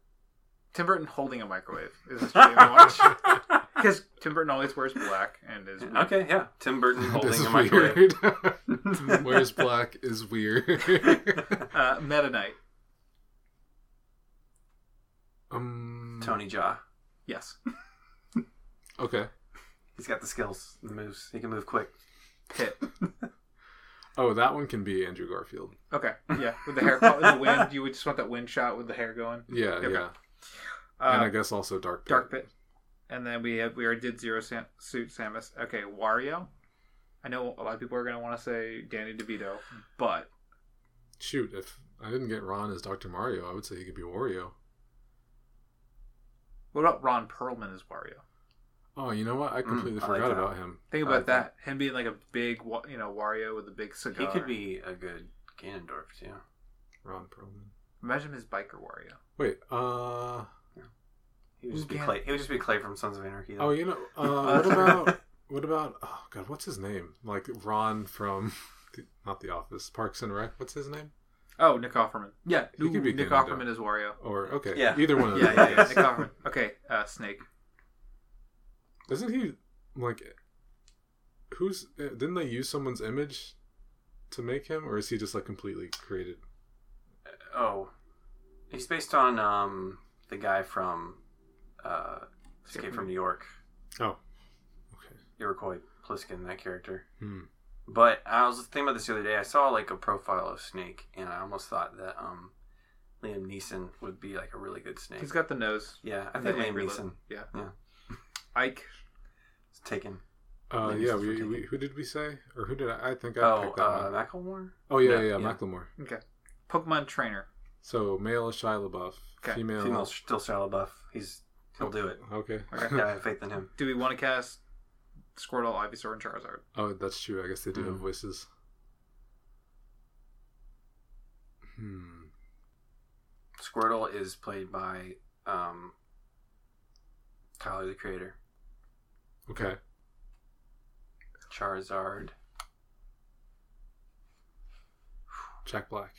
Speaker 3: Tim Burton holding a microwave is Mr. Game and Watch because Tim Burton always wears black and is weird.
Speaker 1: okay, yeah, Tim Burton
Speaker 2: This
Speaker 1: holding
Speaker 2: is
Speaker 1: a microwave.
Speaker 2: weird. Where's black is weird.
Speaker 3: uh, Meta Knight.
Speaker 2: um.
Speaker 1: Tony Jaw.
Speaker 3: Yes.
Speaker 2: Okay.
Speaker 1: He's got the skills, the moves. He can move quick.
Speaker 3: Hit.
Speaker 2: Oh, that one can be Andrew Garfield.
Speaker 3: Okay. Yeah. With the hair caught in the wind, you would just want that wind shot with the hair going.
Speaker 2: Yeah,
Speaker 3: Okay.
Speaker 2: yeah. and I
Speaker 3: Uh,
Speaker 2: guess also Dark Pit.
Speaker 3: Dark Pit. And then we have, we already did Zero Sam- Suit Samus. Okay, Wario. I know a lot of people are going to want to say Danny DeVito, but
Speaker 2: Shoot, if I didn't get Ron as Dr. Mario, I would say he could be Wario.
Speaker 3: what about Ron Perlman as Wario?
Speaker 2: Oh, you know what? I completely
Speaker 1: Mm, I like
Speaker 2: forgot
Speaker 1: that.
Speaker 2: about him.
Speaker 3: Think
Speaker 1: I
Speaker 3: about
Speaker 1: like
Speaker 3: that. Him being like a big, wa- you know, Wario with a big cigar.
Speaker 1: He could be a good Ganondorf too.
Speaker 2: Ron Perlman.
Speaker 3: Imagine him as biker Wario.
Speaker 2: Wait, uh
Speaker 1: He would just be
Speaker 3: Gan-
Speaker 1: Clay. He would just be Clay from Sons of Anarchy.
Speaker 2: oh, you know, uh, what about what about oh god, what's his name? Like Ron from not The Office, Parks and Rec. What's his name?
Speaker 3: Oh, Nick Offerman. Yeah,
Speaker 2: He could be
Speaker 3: Nick
Speaker 2: Ganondorf.
Speaker 3: Offerman as Wario.
Speaker 2: Or okay,
Speaker 1: Yeah.
Speaker 2: either one of
Speaker 3: Yeah,
Speaker 2: them.
Speaker 3: yeah,
Speaker 2: I
Speaker 3: yeah.
Speaker 2: guess.
Speaker 3: Nick Offerman. Okay, uh, Snake.
Speaker 2: Isn't he like who's eh, didn't they use someone's image to make him or is he just like completely created?
Speaker 1: Oh, he's based on um, the guy from uh, Escape from New York,
Speaker 2: Oh. Okay.
Speaker 1: Iroquois Pliskin, that character.
Speaker 2: Hmm.
Speaker 1: But I was thinking about this the other day. I saw like a profile of Snake, and I almost thought that um, Liam Neeson would be like a really good Snake.
Speaker 3: He's got the nose.
Speaker 1: yeah, I
Speaker 3: the
Speaker 1: think Liam
Speaker 3: angry look.
Speaker 1: Neeson
Speaker 3: Yeah.
Speaker 1: Yeah.
Speaker 3: Ike.
Speaker 1: is taken.
Speaker 2: Uh,
Speaker 1: Maybe
Speaker 2: yeah,
Speaker 1: it's
Speaker 2: we,
Speaker 1: for
Speaker 2: we
Speaker 1: taking.
Speaker 2: who did we say or who did I, I think I
Speaker 1: Oh,
Speaker 2: picked that
Speaker 1: uh,
Speaker 2: one?
Speaker 1: Macklemore.
Speaker 2: Oh yeah,
Speaker 1: yeah,
Speaker 2: yeah,
Speaker 1: yeah.
Speaker 2: Macklemore.
Speaker 3: Pokemon trainer.
Speaker 2: So male is Shia LaBeouf,
Speaker 3: Okay.
Speaker 2: female.
Speaker 1: Female still Shia LaBeouf. He's he'll do it.
Speaker 2: Okay.
Speaker 3: Okay.
Speaker 1: Yeah, I have faith in him.
Speaker 3: Do we want to cast Squirtle, Ivysaur, and Charizard?
Speaker 2: Oh, that's true. I guess they do have
Speaker 1: Mhm.
Speaker 2: voices. Hmm.
Speaker 1: Squirtle is played by um, Tyler the Creator.
Speaker 2: Okay.
Speaker 1: Charizard.
Speaker 2: Jack Black.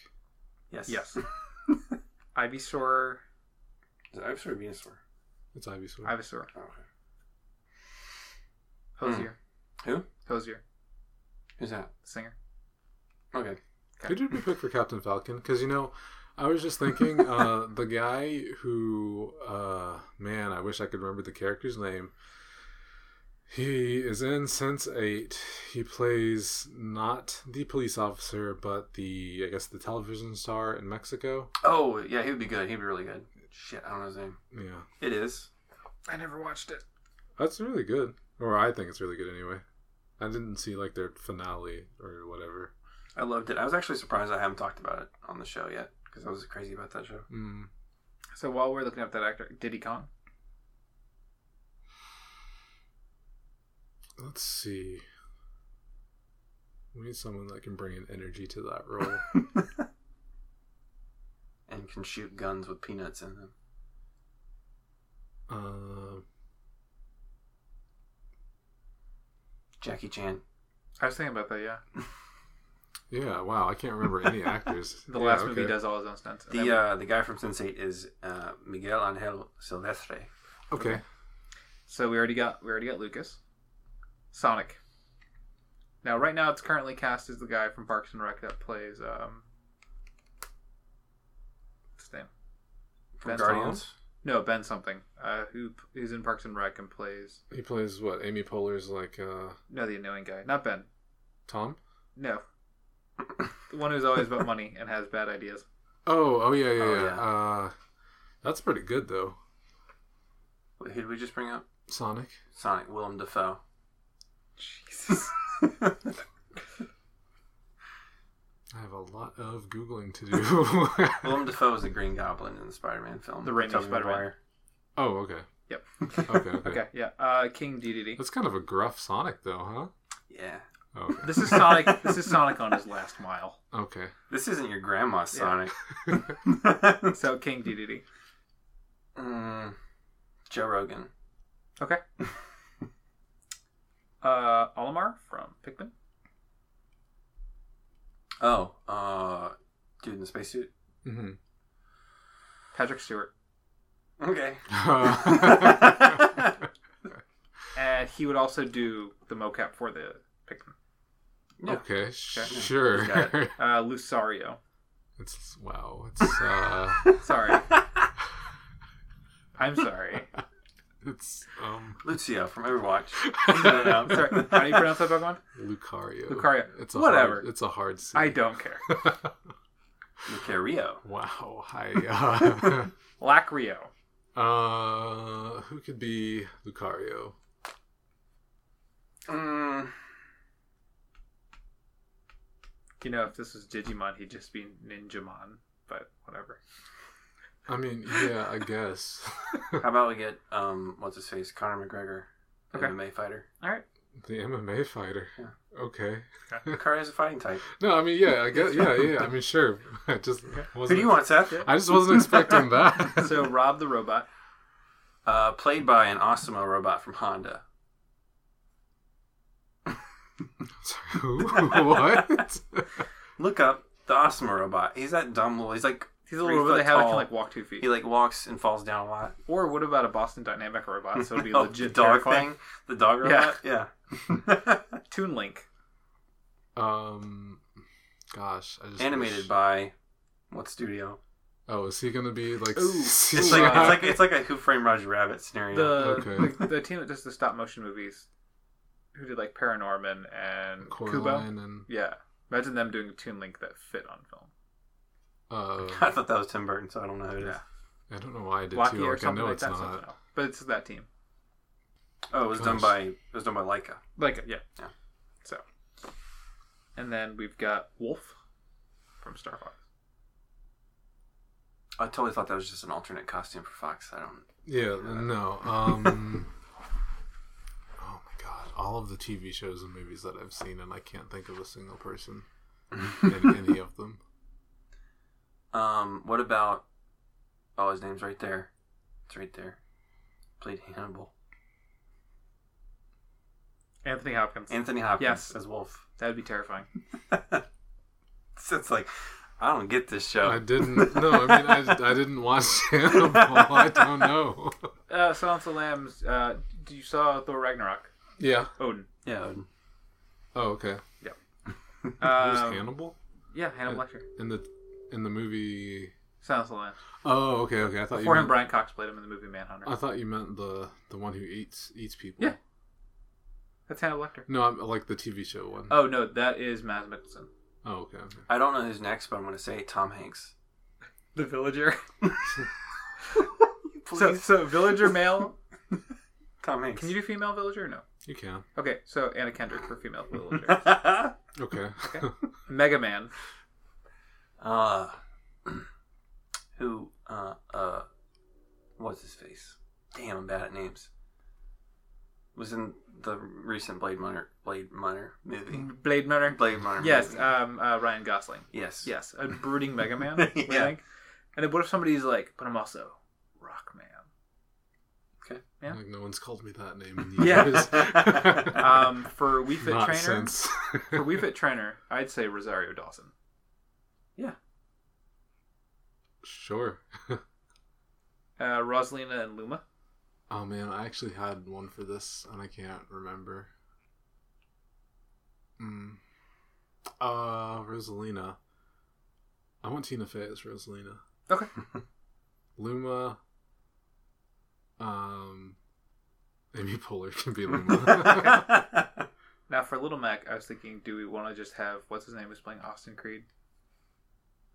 Speaker 1: Yes.
Speaker 3: Yes. Ivysaur,
Speaker 1: Is it Ivysaur or Venusaur?
Speaker 2: It's Ivysaur.
Speaker 3: Ivysaur,
Speaker 1: Oh, okay.
Speaker 3: Hosier.
Speaker 1: Who?
Speaker 3: Hosier,
Speaker 1: Who's that?
Speaker 3: singer.
Speaker 1: Okay.
Speaker 2: Who did we pick for Captain Falcon? Because you know, I was just thinking uh, the guy who, uh, man, I wish I could remember the character's name. He is in Sense Eight. He plays not the police officer, but the I guess the television star in Mexico.
Speaker 1: Oh, yeah, he would be good. He'd be really good. Shit, I don't know his name.
Speaker 2: Yeah,
Speaker 1: It is.
Speaker 3: I never watched it.
Speaker 2: that's really good. Or I think it's really good anyway. I didn't see like their finale or whatever.
Speaker 1: I loved it. I was actually surprised I haven't talked about it on the show yet because I was crazy about that show.
Speaker 2: Mm.
Speaker 3: So while we're looking up that actor, Diddy Kong.
Speaker 2: Let's see. We need someone that can bring an energy to that role.
Speaker 1: And can shoot guns with peanuts in them.
Speaker 2: Um,
Speaker 1: Jackie Chan.
Speaker 3: I was thinking about that. Yeah,
Speaker 2: yeah, wow, I can't remember any actors.
Speaker 3: the
Speaker 2: Yeah,
Speaker 3: last
Speaker 2: okay.
Speaker 3: movie does all his own stunts. And then-
Speaker 1: The uh, the guy from Sense8 is uh, Miguel Angel Silvestre.
Speaker 2: Okay.
Speaker 3: so we already got we already got Lucas, Sonic. Now, right now, it's currently cast as the guy from Parks and Rec that plays um. What's his name?
Speaker 1: From
Speaker 3: Ben
Speaker 1: Guardians.
Speaker 3: No, Ben something. Uh, who who's in Parks and Rec and plays
Speaker 2: He plays what? Amy Poehler's like uh,
Speaker 3: no the annoying guy, not Ben.
Speaker 2: Tom?
Speaker 3: No, the one who's always about money and has bad ideas.
Speaker 2: Oh, oh yeah, yeah,
Speaker 1: Oh,
Speaker 2: yeah.
Speaker 1: yeah.
Speaker 2: Uh, that's pretty good though.
Speaker 1: Wait, who did we just bring up?
Speaker 2: Sonic.
Speaker 1: Sonic, Willem Dafoe.
Speaker 3: Jesus.
Speaker 2: I have a lot of googling to do.
Speaker 1: Willem Dafoe is the Green Goblin in the Spider-Man film.
Speaker 3: The Raimi
Speaker 1: Tobey
Speaker 3: Spider-Man.
Speaker 1: Maguire.
Speaker 2: oh, okay.
Speaker 3: Yep.
Speaker 2: Okay, okay.
Speaker 3: Okay, yeah. Uh, King DDD.
Speaker 2: That's kind of a gruff Sonic, though, huh?
Speaker 1: Yeah.
Speaker 2: Oh, Okay.
Speaker 3: This is Sonic. This is Sonic on his last mile.
Speaker 2: okay.
Speaker 1: This isn't your grandma's
Speaker 3: Yeah.
Speaker 1: Sonic.
Speaker 3: So King DDD.
Speaker 1: Mm, Joe Rogan.
Speaker 3: Uh, Olimar from Pikmin.
Speaker 1: Oh, uh, dude in the spacesuit.
Speaker 2: hmm
Speaker 3: Patrick Stewart.
Speaker 1: Okay.
Speaker 2: Mm-hmm.
Speaker 3: And Uh, he would also do the mocap for the Pikmin.
Speaker 1: Yeah.
Speaker 2: okay, sh-
Speaker 3: Okay.
Speaker 2: sure.
Speaker 1: Got
Speaker 3: Uh, Lucario.
Speaker 2: it's wow. It's uh,
Speaker 3: Sorry. I'm sorry.
Speaker 2: it's um,
Speaker 1: Lucio from Overwatch.
Speaker 3: I'm sorry. How do you pronounce that, Pokemon?
Speaker 2: Lucario.
Speaker 3: Lucario.
Speaker 2: It's a
Speaker 3: Whatever.
Speaker 2: Hard, it's a hard C.
Speaker 3: I don't care.
Speaker 1: Lucario.
Speaker 2: wow. Hi.
Speaker 3: Lacrio.
Speaker 2: Uh, uh, who could be Lucario?
Speaker 1: Mm,
Speaker 3: You know, if this was Digimon, he'd just be Ninjamon. But whatever.
Speaker 2: I mean, yeah, I guess.
Speaker 1: how about we get um, what's his face, Conor McGregor,
Speaker 3: Okay.
Speaker 1: MMA fighter.
Speaker 2: the MMA fighter.
Speaker 1: Yeah.
Speaker 2: Okay.
Speaker 1: Kari is a fighting type.
Speaker 2: No, I mean, yeah, I guess, yeah, yeah. I mean, sure. I just
Speaker 1: Who
Speaker 2: wasn't.
Speaker 1: do you want, Seth?
Speaker 2: I just wasn't expecting that.
Speaker 3: So Rob the robot.
Speaker 1: Uh, played by an Osimo robot from Honda.
Speaker 2: Sorry, who? what?
Speaker 1: Look up the Osimo robot. He's that dumb little. He's like
Speaker 3: He's a
Speaker 1: Three
Speaker 3: little robot
Speaker 1: foot
Speaker 3: they have that
Speaker 1: tall.
Speaker 3: can like walk two feet.
Speaker 1: he like walks and falls down a lot.
Speaker 3: Or what about a Boston Dynamic robot? So it'd be
Speaker 1: Oh,
Speaker 3: legit
Speaker 1: the dog
Speaker 3: terrifying.
Speaker 1: thing. The dog robot. Yeah.
Speaker 3: Toon Link.
Speaker 2: um, gosh, I just wish-
Speaker 1: Animated by what studio?
Speaker 2: Oh, is he gonna be like?
Speaker 3: Ooh.
Speaker 2: CGI?
Speaker 1: It's like it's like it's like a Who Framed Roger Rabbit scenario.
Speaker 3: The,
Speaker 2: Okay.
Speaker 3: the the team that does the stop motion movies, who did like Paranorman and Kubo.
Speaker 2: Coraline and
Speaker 3: Yeah, imagine them doing a Toon Link that fit on film.
Speaker 2: uh,
Speaker 1: I thought that was Tim Burton, so I don't know who it is.
Speaker 3: Yeah,
Speaker 2: I don't know why I did
Speaker 3: Lucky
Speaker 2: too.
Speaker 3: or
Speaker 2: Like, I
Speaker 3: something
Speaker 2: know
Speaker 3: like
Speaker 2: it's
Speaker 3: that.
Speaker 2: not.
Speaker 3: somehow. But it's that team.
Speaker 1: Oh, it was done
Speaker 2: Gosh.
Speaker 1: by it was done by Leica.
Speaker 3: Like yeah,
Speaker 1: Yeah.
Speaker 3: So, and then we've got Wolf from Star Fox.
Speaker 1: I totally thought that was just an alternate costume for Fox. I don't.
Speaker 2: Yeah, no. Um, oh my god, all of the TV shows and movies that I've seen, and I can't think of a single person in any of them.
Speaker 1: Um, what about? Oh, his name's right there. It's right there. Played Hannibal.
Speaker 3: Anthony Hopkins.
Speaker 1: Anthony Hopkins
Speaker 3: Yes.
Speaker 1: as Wolf.
Speaker 3: that would be terrifying.
Speaker 1: So it's like, I don't get this
Speaker 2: I
Speaker 1: show.
Speaker 2: didn't. No, I mean, I, I didn't watch Hannibal. I don't know.
Speaker 3: Uh, Silence of the Lambs. Uh, do you saw Thor Ragnarok?
Speaker 2: Yeah.
Speaker 3: Odin.
Speaker 1: yeah, Odin.
Speaker 2: Oh, okay. Who's
Speaker 3: Um,
Speaker 2: Hannibal
Speaker 3: Yeah, Hannibal Lecter.
Speaker 2: in the in the movie?
Speaker 3: Silence of the Lambs.
Speaker 2: Oh, okay, okay. I thought you Uh.
Speaker 3: Before him,
Speaker 2: meant,
Speaker 3: Brian Cox played him in the movie Manhunter.
Speaker 2: I thought you meant the the one who eats eats people.
Speaker 3: Yeah. That's Hannibal Lecter.
Speaker 2: No, I'm like the TV show one.
Speaker 3: Oh no, that is Maz Mikkelsen.
Speaker 2: Oh, okay. okay.
Speaker 1: I don't know who's next, but I'm gonna say Tom Hanks.
Speaker 3: The villager.
Speaker 1: Please,
Speaker 3: So, so villager male.
Speaker 1: Tom Hanks.
Speaker 3: Can you do female villager? or No.
Speaker 2: You can.
Speaker 3: Okay, so Anna Kendrick for female villager.
Speaker 2: Okay.
Speaker 3: Mega Man.
Speaker 1: uh, who? Uh, uh, what's his face? Damn, I'm bad at names. Was in the recent Blade Runner Blade Runner movie.
Speaker 3: Blade Runner.
Speaker 1: Blade Runner.
Speaker 3: Yes,
Speaker 1: movie.
Speaker 3: um, uh, Ryan Gosling.
Speaker 1: yes.
Speaker 3: Yes, a brooding Mega Man. I
Speaker 1: Yeah.
Speaker 3: think. And then what if somebody's like, but I'm also Rock Man. Yeah.
Speaker 2: Like no one's called me that name in
Speaker 3: Yeah.
Speaker 2: years.
Speaker 3: Um, for We Fit Trainer.
Speaker 2: Nonsense.
Speaker 3: For We Fit Trainer, I'd say Rosario Dawson.
Speaker 2: sure.
Speaker 3: Uh, Rosalina and Luma.
Speaker 2: Oh man, I actually had one for this and I can't remember. Mm. Uh, Rosalina. I want Tina Fey as Rosalina.
Speaker 3: Okay.
Speaker 2: Luma. Um, Amy Poehler can be Luma.
Speaker 3: Now for Little Mac, I was thinking, do we want to just have what's his name is playing Austin Creed?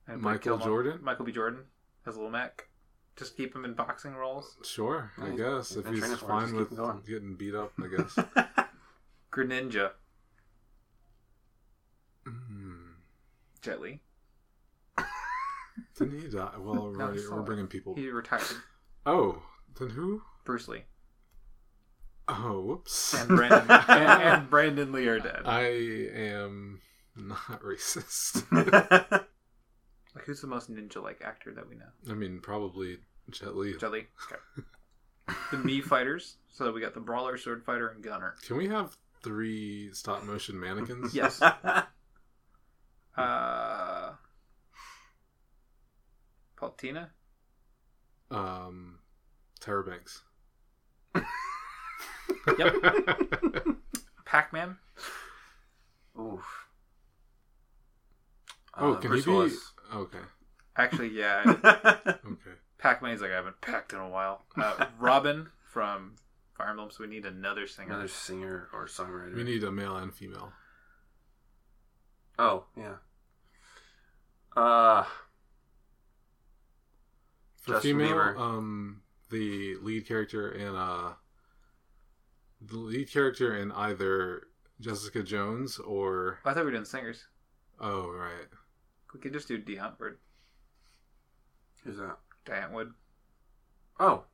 Speaker 3: And Blake
Speaker 2: Michael
Speaker 3: Gilmore-
Speaker 2: Jordan?
Speaker 3: Michael B. Jordan as Little Mac. Just keep him in boxing roles.
Speaker 2: Sure, I
Speaker 1: Nice.
Speaker 2: guess if
Speaker 1: And
Speaker 2: he's
Speaker 1: Transformers,
Speaker 2: fine
Speaker 1: keep
Speaker 2: with
Speaker 1: going.
Speaker 2: getting beat up, I guess.
Speaker 3: Greninja,
Speaker 2: Mm.
Speaker 3: Jet Li.
Speaker 2: Didn't he die? Well,
Speaker 3: No,
Speaker 2: right,
Speaker 3: he's still
Speaker 2: we're
Speaker 3: alive.
Speaker 2: bringing people.
Speaker 3: He retired.
Speaker 2: Oh, then who?
Speaker 3: Bruce Lee
Speaker 2: Oh, whoops.
Speaker 3: and Brandon and, and Brandon Lee are dead.
Speaker 1: Uh,
Speaker 2: I am not racist.
Speaker 3: Like, who's the most ninja-like actor that we know?
Speaker 2: I mean, probably Jet Li.
Speaker 3: Jet Li. Okay. the Mii fighters. So we got the brawler, sword fighter, and gunner.
Speaker 2: Can we have three stop motion mannequins?
Speaker 3: Yes. Uh, Paltina.
Speaker 2: Um, Tyra Banks.
Speaker 3: Yep. Pac-Man.
Speaker 1: Oof.
Speaker 2: oh,
Speaker 1: Uh,
Speaker 2: can
Speaker 1: Bruce
Speaker 2: he be?
Speaker 1: Willis.
Speaker 2: Okay,
Speaker 3: Actually, yeah.
Speaker 2: okay.
Speaker 3: Pac-Man's like I haven't packed in a while. Uh, Robin from Fire Emblem. So we need another singer.
Speaker 1: Another singer or songwriter.
Speaker 2: We need a male and female.
Speaker 1: Oh yeah. Uh,
Speaker 2: For
Speaker 1: Justin
Speaker 2: female,
Speaker 1: Bieber.
Speaker 2: um, the lead character in uh, the lead character in either Jessica Jones or
Speaker 3: I thought we were doing singers.
Speaker 2: oh right,
Speaker 3: We could just do D Huntford,
Speaker 1: who's that?
Speaker 3: Diane Wood.
Speaker 1: Oh,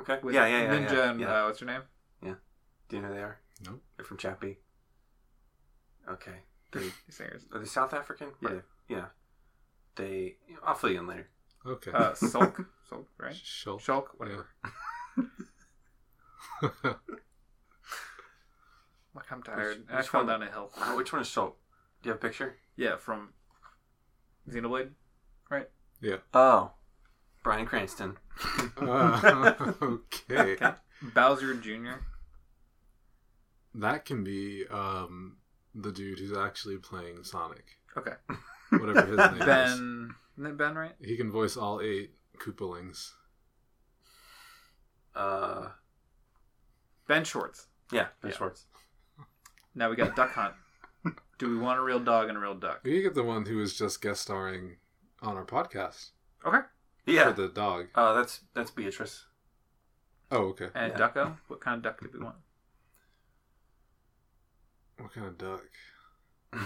Speaker 1: okay.
Speaker 3: With
Speaker 1: yeah, yeah, yeah.
Speaker 3: Ninja
Speaker 1: yeah,
Speaker 3: and
Speaker 1: yeah.
Speaker 3: Uh, what's her name?
Speaker 1: Do you know who they are?
Speaker 2: Nope.
Speaker 1: They're from Chappie. Okay. They,
Speaker 3: Singers.
Speaker 1: are they South African?
Speaker 3: Yeah.
Speaker 1: Or- yeah. They. I'll fill you in later.
Speaker 2: okay,
Speaker 3: Uh, Sulk. Sulk, right?
Speaker 2: Shul-
Speaker 3: Shulk, whatever. Like I'm tired. I
Speaker 1: which
Speaker 3: fell
Speaker 1: one?
Speaker 3: down a hill.
Speaker 1: Uh, which one is Schultz? Do you have a picture?
Speaker 3: Yeah, from Xenoblade.
Speaker 1: Oh, Brian Cranston.
Speaker 2: Uh, okay,
Speaker 3: Okay. Bowser Jr.
Speaker 2: that can be um the dude who's actually playing Sonic.
Speaker 3: Okay.
Speaker 2: Whatever his name is,
Speaker 3: Ben. Isn't it Ben, right?
Speaker 2: he can voice all eight Koopalings.
Speaker 1: Uh,
Speaker 3: Ben Schwartz.
Speaker 1: yeah, Ben
Speaker 3: Yeah.
Speaker 1: Schwartz.
Speaker 3: Now we got Duck Hunt. Do we want a real dog and a real duck?
Speaker 2: You get the one who was just guest starring on our podcast
Speaker 3: Okay.
Speaker 1: Yeah.
Speaker 2: for the dog.
Speaker 1: Uh, that's that's Beatrice.
Speaker 2: Oh, okay.
Speaker 3: And
Speaker 1: Yeah.
Speaker 3: Ducko? What kind of duck do we want?
Speaker 2: What kind of duck?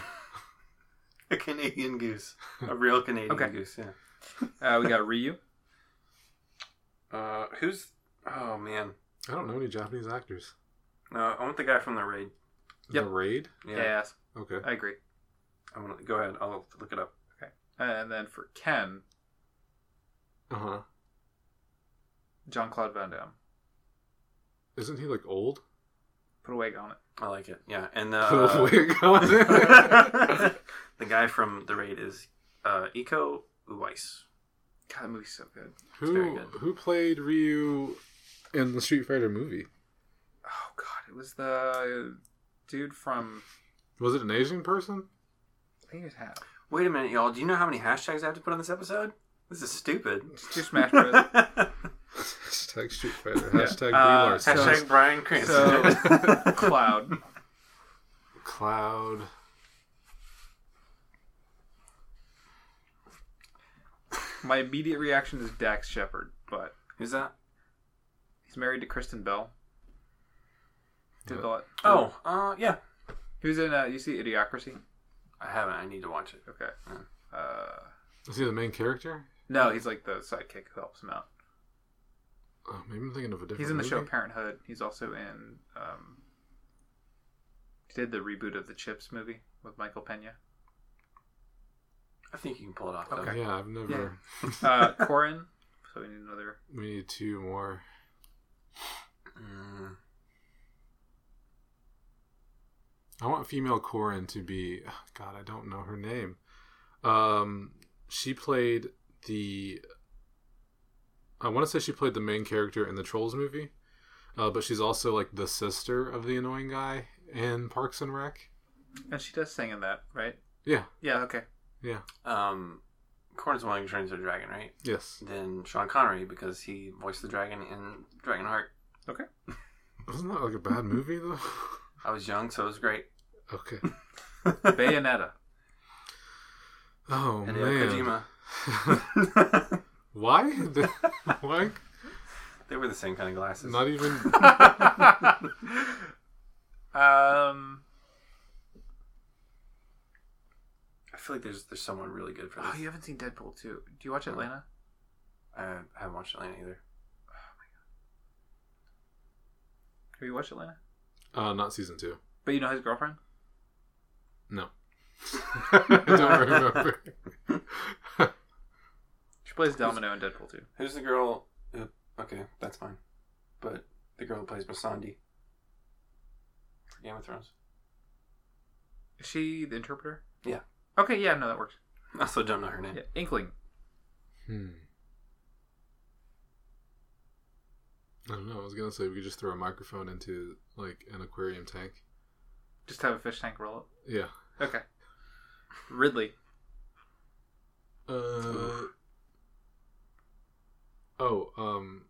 Speaker 1: A Canadian goose. A real Canadian
Speaker 3: Okay.
Speaker 1: goose. Yeah.
Speaker 3: Uh, we got Ryu.
Speaker 1: Uh, who's? Oh man,
Speaker 2: I don't know any Japanese actors.
Speaker 1: uh, I want the guy from the raid.
Speaker 2: The
Speaker 3: Yep.
Speaker 2: Raid?
Speaker 1: Yeah,
Speaker 3: Yes,
Speaker 2: Okay.
Speaker 3: I agree.
Speaker 1: I'm gonna go ahead. I'll look it up.
Speaker 3: And then for Ken,
Speaker 2: Uh huh.
Speaker 3: John Claude Van Damme.
Speaker 2: Isn't he like old?
Speaker 3: Put a wig on it.
Speaker 1: I like it. Yeah, and
Speaker 2: Put a
Speaker 1: uh,
Speaker 2: wig on it.
Speaker 1: the guy from the raid is uh, Iko Uwais.
Speaker 3: God, that movie's so good.
Speaker 1: very
Speaker 2: who
Speaker 1: good.
Speaker 2: who played Ryu in the Street Fighter movie?
Speaker 3: Oh God, it was the dude from
Speaker 2: Was it an Asian person?
Speaker 3: I think it was half.
Speaker 1: Wait a minute, y'all. Do you know how many hashtags I have to put on this episode? This is stupid.
Speaker 3: Just do Smash Bros.
Speaker 2: hashtag Street Fighter.
Speaker 3: Yeah.
Speaker 2: Hashtag
Speaker 3: Uh,
Speaker 2: Brie Larson.
Speaker 1: Hashtag Brian Cranston.
Speaker 3: so Cloud.
Speaker 2: Cloud.
Speaker 3: My immediate reaction is Dax Shepard, but
Speaker 1: Who's that?
Speaker 3: he's married to Kristen Bell. Did the,
Speaker 1: Oh, uh, yeah.
Speaker 3: he was in uh, you see Idiocracy.
Speaker 1: I haven't. I need to watch it.
Speaker 3: Okay. Uh,
Speaker 2: Is he the main character?
Speaker 3: no, he's like the sidekick who helps him out.
Speaker 2: Oh, maybe I'm thinking of a different.
Speaker 3: He's in the show
Speaker 2: movie.
Speaker 3: Parenthood. He's also in. Um, he did the reboot of the Chips movie with Michael Pena.
Speaker 1: I think you can pull it off.
Speaker 2: Oh,
Speaker 1: Though.
Speaker 3: Okay.
Speaker 2: Yeah, I've never.
Speaker 3: Uh, Corin. So we need another.
Speaker 2: We need two more.
Speaker 1: Mm,
Speaker 2: I want female Corin to be oh, God, I don't know her name. Um she played the I want to say she played the main character in the Trolls movie. Uh, but she's also like the sister of the annoying guy in Parks and Rec.
Speaker 3: And she does sing in that, right?
Speaker 2: Yeah.
Speaker 3: Yeah. Okay.
Speaker 1: um, Corn's the one who turns into a dragon, right?
Speaker 2: Yes.
Speaker 1: Then Sean Connery because he voiced the dragon in Dragonheart.
Speaker 2: Wasn't that like a bad movie though?
Speaker 1: I was young, so it was great.
Speaker 2: okay.
Speaker 3: Bayonetta.
Speaker 2: Oh
Speaker 1: And
Speaker 3: Oh,
Speaker 2: man.
Speaker 1: Kojima.
Speaker 2: Why? Why?
Speaker 1: They were the same kind of glasses.
Speaker 2: Not even.
Speaker 3: um.
Speaker 1: I feel like there's there's someone really good for this.
Speaker 3: Oh, you haven't seen Deadpool too. Do you watch Atlanta?
Speaker 1: I haven't watched Atlanta either.
Speaker 3: Have you watched Atlanta?
Speaker 2: Uh, not season two.
Speaker 3: But you know his girlfriend.
Speaker 2: No. I don't remember.
Speaker 3: She plays Domino in Deadpool too.
Speaker 1: Who's the girl? Uh, okay, that's fine. But the girl that plays Masandi for Game of Thrones.
Speaker 3: Is she the interpreter?
Speaker 1: Yeah.
Speaker 3: Okay. Yeah. No, that works.
Speaker 1: I also don't know her name.
Speaker 3: Yeah. Inkling.
Speaker 2: Hmm. I don't know. I was gonna say we could just throw a microphone into like an aquarium tank.
Speaker 3: Just have a fish tank roll up.
Speaker 2: Yeah.
Speaker 3: Okay. Ridley.
Speaker 2: Uh. Oh. Um.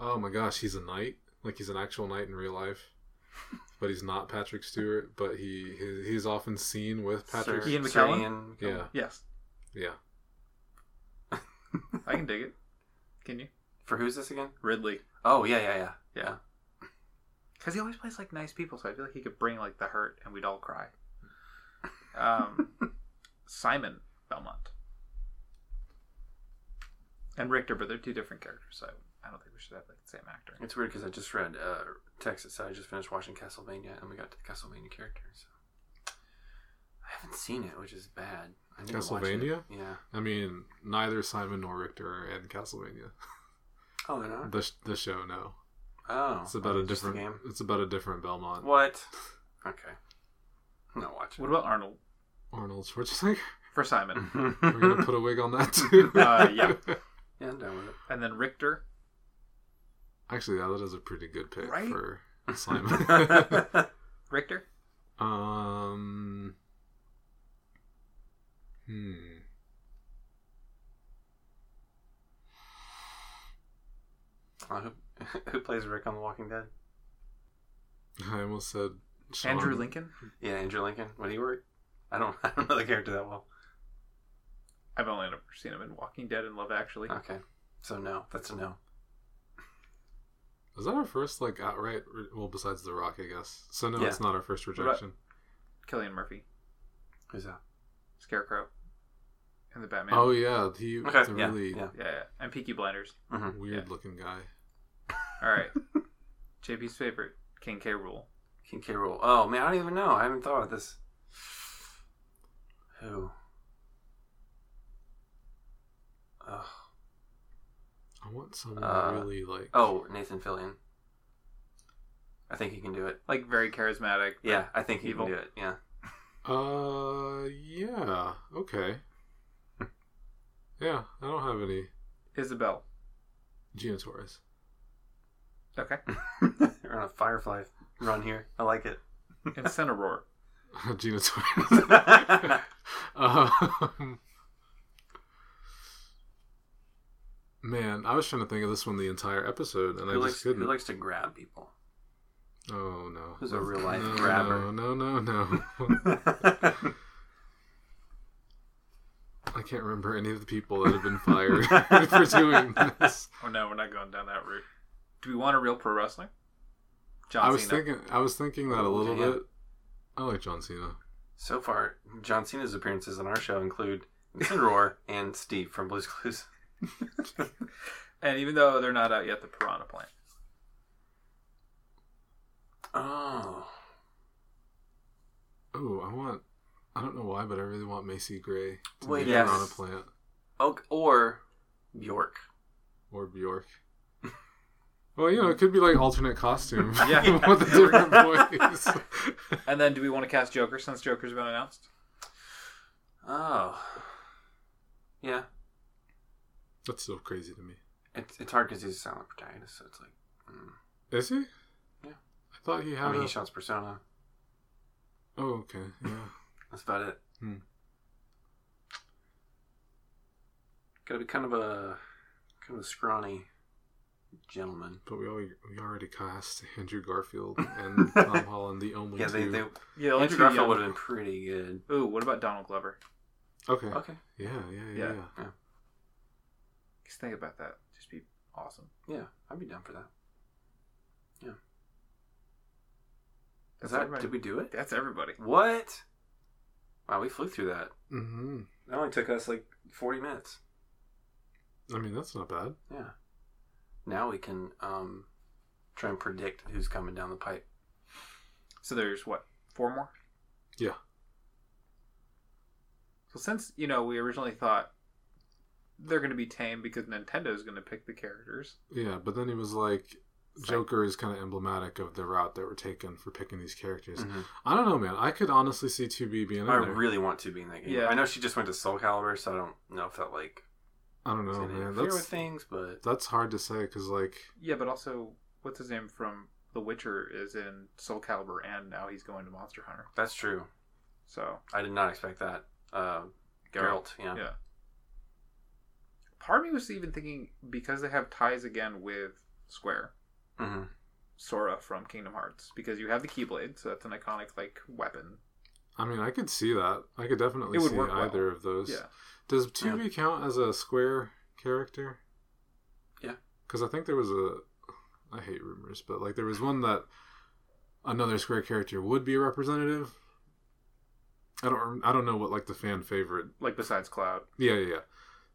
Speaker 2: Oh my gosh, he's a knight. Like he's an actual knight in real life, but he's not Patrick Stewart. But he, he he's often seen with Patrick.
Speaker 1: Sir-
Speaker 3: Ian
Speaker 1: Sir
Speaker 3: McKellen?
Speaker 1: Ian
Speaker 2: Yeah.
Speaker 3: Yes.
Speaker 2: Yeah.
Speaker 3: I can dig it. Can you?
Speaker 1: For who's this again?
Speaker 3: Ridley.
Speaker 1: Oh yeah yeah yeah.
Speaker 3: Because he always plays like nice people, so I feel like he could bring like the hurt, and we'd all cry. Um, Simon Belmont and Richter, but they're two different characters, so I don't think we should have like the same actor.
Speaker 1: It's weird because I just read uh, Texas. I just finished watching Castlevania, and we got to the Castlevania character. So I haven't seen it, which is bad. I need to watch it.
Speaker 2: Castlevania?
Speaker 1: Yeah.
Speaker 2: I mean, neither Simon nor Richter are in Castlevania.
Speaker 1: Oh, they're not.
Speaker 2: The sh- the show, no.
Speaker 1: Oh,
Speaker 2: It's about a
Speaker 1: just the
Speaker 2: different
Speaker 1: game.
Speaker 2: It's about a different Belmont.
Speaker 1: What? Okay. I'm not watching.
Speaker 3: What about Arnold
Speaker 2: Arnold Schwarzenegger.
Speaker 3: for Simon?
Speaker 2: We're gonna put a wig on that too.
Speaker 3: Uh, yeah.
Speaker 1: yeah, I'm done with it.
Speaker 3: And then Richter.
Speaker 2: Actually, yeah, that is a pretty good pick
Speaker 3: Right?
Speaker 2: for Simon.
Speaker 3: Richter?
Speaker 2: um. Hmm.
Speaker 1: Uh, who, who plays Rick on The Walking Dead?
Speaker 2: I almost said Sean.
Speaker 3: Andrew Lincoln?
Speaker 1: Yeah, Andrew Lincoln. What do you work? I don't. I don't know the character that well.
Speaker 3: I've only ever seen him in Walking Dead and Love Actually.
Speaker 1: Okay, so no, that's a no.
Speaker 2: Is that our first like outright? Re- well, besides The Rock, I guess. So no,
Speaker 1: Yeah.
Speaker 2: it's not our first
Speaker 3: about-
Speaker 2: rejection.
Speaker 3: Killian Murphy,
Speaker 1: Who's that?
Speaker 3: Scarecrow, and the Batman.
Speaker 2: Oh yeah, he
Speaker 1: Okay,
Speaker 2: the
Speaker 1: yeah,
Speaker 2: really
Speaker 1: yeah.
Speaker 3: yeah, yeah. and Peaky Blinders.
Speaker 1: hmm
Speaker 2: weird looking guy.
Speaker 3: All right. JP's favorite, King K. Rule.
Speaker 1: King K. Rule. Oh man, I don't even know. I haven't thought of this. Who? Oh,
Speaker 2: I want someone
Speaker 1: Uh,
Speaker 2: really like.
Speaker 1: oh Nathan Fillion. I think he can do it.
Speaker 3: Like very charismatic. but-
Speaker 1: Yeah, I think he
Speaker 3: Evil.
Speaker 1: can do it. Yeah.
Speaker 2: Uh, yeah. Okay. yeah, I don't have any
Speaker 3: Isabel.
Speaker 2: Gina Torres.
Speaker 3: Okay.
Speaker 1: We're on a Firefly run here. I like it.
Speaker 3: And Cineroar.
Speaker 2: Gina Torres. um, man, I was trying to think of this one the entire episode, and I
Speaker 1: who,
Speaker 2: just
Speaker 1: likes, who
Speaker 2: couldn't.
Speaker 1: likes to grab people?
Speaker 2: oh no!
Speaker 1: Who's a real-life
Speaker 2: no,
Speaker 1: grabber?
Speaker 2: No, no, no. no. I can't remember any of the people that have been fired for doing this.
Speaker 3: Oh no, we're not going down that route. Do we want a real pro wrestler? John
Speaker 2: I was
Speaker 3: Cena.
Speaker 2: thinking. I was thinking that a little
Speaker 1: Yeah.
Speaker 2: bit. I like John Cena.
Speaker 1: So far, John Cena's appearances on our show include Roar and Steve from Blue's Clues.
Speaker 3: And even though they're not out yet, the Piranha Plant.
Speaker 1: Oh.
Speaker 2: Oh, I want. I don't know why, but I really want Macy Gray to
Speaker 1: Wait,
Speaker 2: be
Speaker 1: yes.
Speaker 2: on a plant
Speaker 1: oh or Bjork.
Speaker 2: or Bjork. Well, you know, it could be like alternate costume.
Speaker 3: Yeah.
Speaker 2: with a different voice.
Speaker 3: And then do we want to cast Joker since Joker's been announced?
Speaker 1: Oh. Yeah.
Speaker 2: That's so crazy to me.
Speaker 1: It's, it's hard because he's a silent protagonist, so it's like. Mm.
Speaker 2: Is he?
Speaker 1: Yeah.
Speaker 2: I thought he
Speaker 1: I
Speaker 2: had
Speaker 1: mean,
Speaker 2: a.
Speaker 1: he shouts Persona.
Speaker 2: Oh, okay. Yeah.
Speaker 1: That's about it.
Speaker 2: Hmm.
Speaker 1: Gotta be kind of a. kind of a scrawny gentleman.
Speaker 2: But we already we already cast Andrew Garfield and Tom Holland, the only
Speaker 1: Yeah,
Speaker 2: two.
Speaker 1: they. they
Speaker 3: Yeah,
Speaker 1: Andrew Garfield would have been pretty good.
Speaker 3: Ooh, what about Donald Glover?
Speaker 2: Okay.
Speaker 1: Okay.
Speaker 2: Yeah, yeah, yeah,
Speaker 3: Yeah.
Speaker 2: yeah.
Speaker 3: Just think about that. Just be awesome.
Speaker 1: Yeah, I'd be down for that. Yeah. Is
Speaker 3: That's
Speaker 1: that,
Speaker 3: everybody.
Speaker 1: did we do it?
Speaker 3: That's everybody.
Speaker 1: What? Wow, we flew through that.
Speaker 2: Mm-hmm.
Speaker 1: That only took us like 40 minutes.
Speaker 2: I mean, that's not bad.
Speaker 1: Yeah. Now we can um, try and predict who's coming down the pipe.
Speaker 3: So there's what four more.
Speaker 2: Yeah.
Speaker 3: So since you know we originally thought they're going to be tame because Nintendo's going to pick the characters.
Speaker 2: Yeah, but then he was like,
Speaker 3: It's like-
Speaker 2: Joker is kind of emblematic of the route that we're taking for picking these characters. I don't know, man. I could honestly see 2B being in
Speaker 1: Mm-hmm. I
Speaker 2: there.
Speaker 1: really want to be in that game.
Speaker 3: Yeah.
Speaker 1: I know she just went to Soul Calibur, so I don't know if that like
Speaker 2: I don't
Speaker 1: is
Speaker 2: know,
Speaker 1: gonna
Speaker 2: Oh, man.
Speaker 1: interfere with
Speaker 2: That's
Speaker 1: things, but
Speaker 2: that's hard to say because like,
Speaker 3: Yeah, but also what's his name from The Witcher is in Soul Calibur, and now he's going to Monster Hunter.
Speaker 1: that's true.
Speaker 3: So
Speaker 1: I did not expect that. Uh, Geralt, yeah.
Speaker 3: Yeah. part of me was even thinking because they have ties again with Square.
Speaker 1: hmm
Speaker 3: Sora from Kingdom Hearts because you have the Keyblade, so that's an iconic like weapon.
Speaker 2: I mean, I could see that. I could definitely
Speaker 3: It would
Speaker 2: see
Speaker 3: work well.
Speaker 2: either of those.
Speaker 3: Yeah,
Speaker 2: Does 2B count as a square character?
Speaker 1: Yeah.
Speaker 2: Because I think there was a. I hate rumors, but like there was one that another square character would be a representative. I don't. rem- I don't know what like the fan favorite.
Speaker 3: like besides Cloud,
Speaker 2: Yeah, yeah. yeah.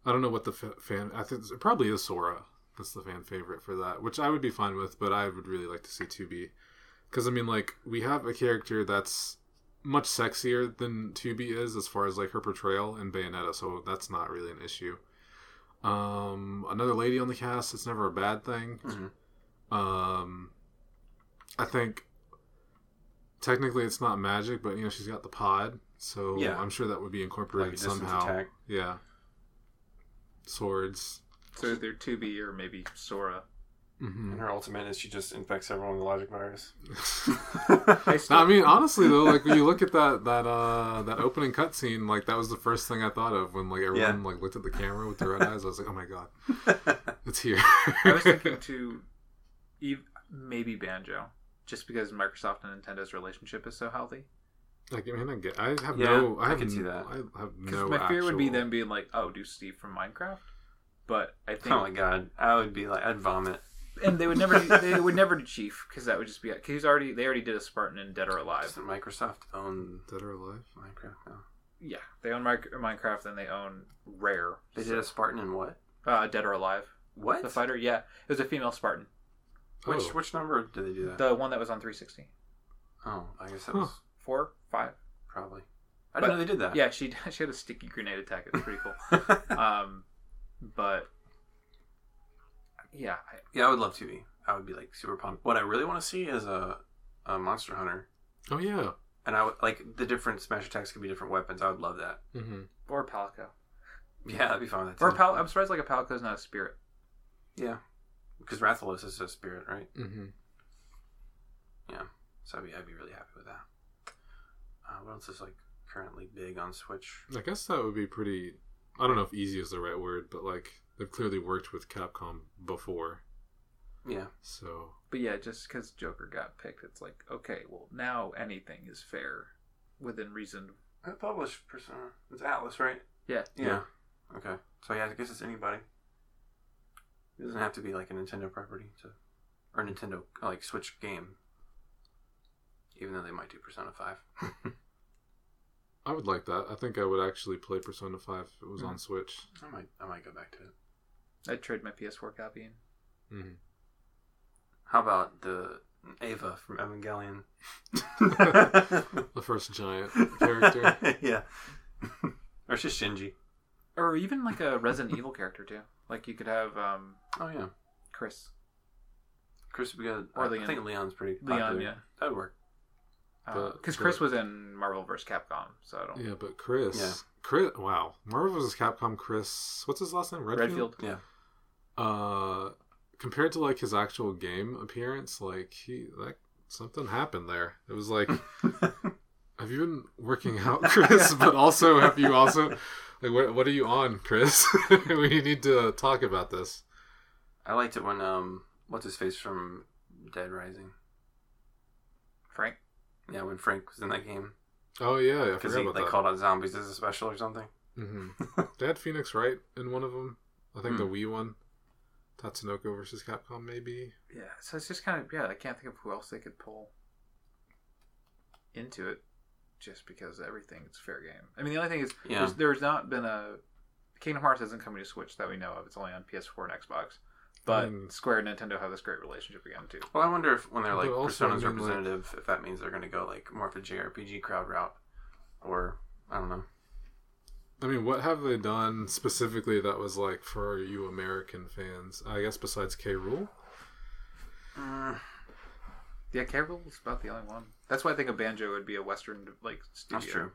Speaker 2: I don't know what the fa- fan. I think it probably is Sora. That's the fan favorite for that, which I would be fine with, but I would really like to see 2B. Because, I mean, like, we have a character that's much sexier than 2B is as far as, like, her portrayal in Bayonetta, so that's not really an issue. Um, another lady on the cast, it's never a bad thing.
Speaker 1: Mhm.
Speaker 2: Um, I think technically it's not magic, but, you know, she's got the pod, so
Speaker 1: Yeah.
Speaker 2: I'm sure that would be
Speaker 1: Like a
Speaker 2: incorporated
Speaker 1: distance
Speaker 2: somehow.
Speaker 1: attack.
Speaker 2: Yeah. Swords.
Speaker 3: so they're Tubi or maybe Sora.
Speaker 2: Mm-hmm.
Speaker 1: And her ultimate is she just infects everyone with the logic virus.
Speaker 3: I
Speaker 2: I
Speaker 3: still,
Speaker 2: mean, honestly though, like when you look at that that uh that opening cutscene, like that was the first thing I thought of when like everyone like looked at the camera with their red eyes. I was like, oh my god, it's here.
Speaker 3: I was thinking to, ev- maybe Banjo, just because Microsoft and Nintendo's relationship is so healthy.
Speaker 2: like, I mean, I get, I have
Speaker 1: Yeah,
Speaker 2: no, I,
Speaker 1: I
Speaker 2: have
Speaker 1: could see
Speaker 2: n-
Speaker 1: that.
Speaker 2: I have
Speaker 3: Because
Speaker 2: no.
Speaker 3: my fear would be
Speaker 2: actual-
Speaker 3: them being like, "Oh, do Steve from Minecraft," but I think,
Speaker 1: oh my god, I would be like, I'd vomit.
Speaker 3: and they would never, do, they would never do Chief because that would just be because he's already they already did a Spartan in Dead or Alive.
Speaker 1: Doesn't Microsoft own
Speaker 2: dead or alive.
Speaker 1: Minecraft now?
Speaker 3: Yeah, they own Mi- Minecraft and they own Rare.
Speaker 1: They did a Spartan in what?
Speaker 3: uh, Dead or Alive.
Speaker 1: What?
Speaker 3: The fighter, yeah, it was a female Spartan,
Speaker 1: Which
Speaker 2: Oh.
Speaker 1: which number did they do that?
Speaker 3: the one that was on 360.
Speaker 1: oh, I guess that
Speaker 2: Huh.
Speaker 1: was
Speaker 3: Four, five.
Speaker 1: probably. I didn't
Speaker 3: But-
Speaker 1: know they did that.
Speaker 3: Yeah, she she had a sticky grenade attack. It was pretty cool. um, but yeah, I,
Speaker 1: yeah, I would love to be. I would be like super pumped. What I really want to see is a, a Monster Hunter,
Speaker 2: Oh yeah.
Speaker 1: and I would like the different smash attacks could be different weapons. I would love that.
Speaker 2: Mm-hmm.
Speaker 3: or Palico,
Speaker 1: Yeah, that'd be fun. With that
Speaker 3: or
Speaker 1: too.
Speaker 3: Pal. I'm surprised like a Palico's not a spirit.
Speaker 1: yeah, because Rathalos is a spirit, right?
Speaker 2: Mm-hmm.
Speaker 1: So I'd be, I'd be really happy with that. Uh, what else is like currently big on Switch?
Speaker 2: I guess that would be pretty. I don't know if easy is the right word, but like they've clearly worked with Capcom before,
Speaker 1: Yeah,
Speaker 2: so
Speaker 3: But yeah, just because Joker got picked, it's like okay, well now anything is fair within reason.
Speaker 1: who published Persona? It's Atlas, right?
Speaker 3: Yeah.
Speaker 1: Yeah. Okay. So yeah, I guess it's anybody. It doesn't have to be like a Nintendo property to, or Nintendo like Switch game. Even though they might do Persona Five. I
Speaker 2: I would like that. I think I would actually play Persona 5 if it was on Switch.
Speaker 1: might I might go back to it.
Speaker 3: I'd trade my PS4 copy in.
Speaker 2: Mm-hmm.
Speaker 1: How about the Ava from Evangelion?
Speaker 2: The first giant character.
Speaker 1: yeah. or it's just Shinji.
Speaker 3: or even like a Resident Evil character too. Like you could have um,
Speaker 1: Oh yeah.
Speaker 3: Chris,
Speaker 1: Chris would be good.
Speaker 3: Or
Speaker 1: I- I
Speaker 3: Leon.
Speaker 1: think Leon's pretty
Speaker 3: Leon,
Speaker 1: popular.
Speaker 3: yeah.
Speaker 1: That would work.
Speaker 2: But-
Speaker 3: because
Speaker 2: but-
Speaker 3: Chris was in Marvel vs. Capcom, so I don't.
Speaker 2: Yeah, but Chris.
Speaker 1: Yeah.
Speaker 2: Chris. Wow. Marvel vs. Capcom Chris. What's his last name? Redfield?
Speaker 3: Redfield.
Speaker 1: Yeah.
Speaker 2: Uh, compared to like his actual game appearance, like he like something happened there. It was like, have you been working out, Chris? but also, have you also like what what are you on, Chris? we need to talk about this.
Speaker 1: I liked it when um what's his face from Dead Rising.
Speaker 3: Frank.
Speaker 1: Yeah, when Frank was in that game.
Speaker 2: Oh yeah, I
Speaker 1: Because
Speaker 2: forgot
Speaker 1: they
Speaker 2: about that.
Speaker 1: called out zombies as a special or something.
Speaker 2: Mm-hmm. They had Phoenix Wright in one of them. I think
Speaker 3: Hmm.
Speaker 2: the Wii one, Tatsunoko versus Capcom, maybe.
Speaker 3: Yeah, so it's just kind of yeah. I can't think of who else they could pull into it, just because everything's fair game. I mean, the only thing is
Speaker 1: Yeah.
Speaker 3: there's, there's not been a Kingdom Hearts isn't coming to Switch that we know of. It's only on PS4 and Xbox. But
Speaker 2: Mm.
Speaker 3: Square and Nintendo have this great relationship again too.
Speaker 1: Well, I wonder if when they're
Speaker 2: But
Speaker 1: like
Speaker 2: also, I
Speaker 1: Persona's
Speaker 2: mean, like-
Speaker 1: representative, if that means they're going to go like more of a JRPG crowd route, or I don't know.
Speaker 2: I mean, what have they done specifically that was like for you American fans? I guess besides K. Rule.
Speaker 1: Mm,
Speaker 3: Yeah, Carol's about the only one. That's why I think a banjo would be a Western like studio.
Speaker 1: that's true.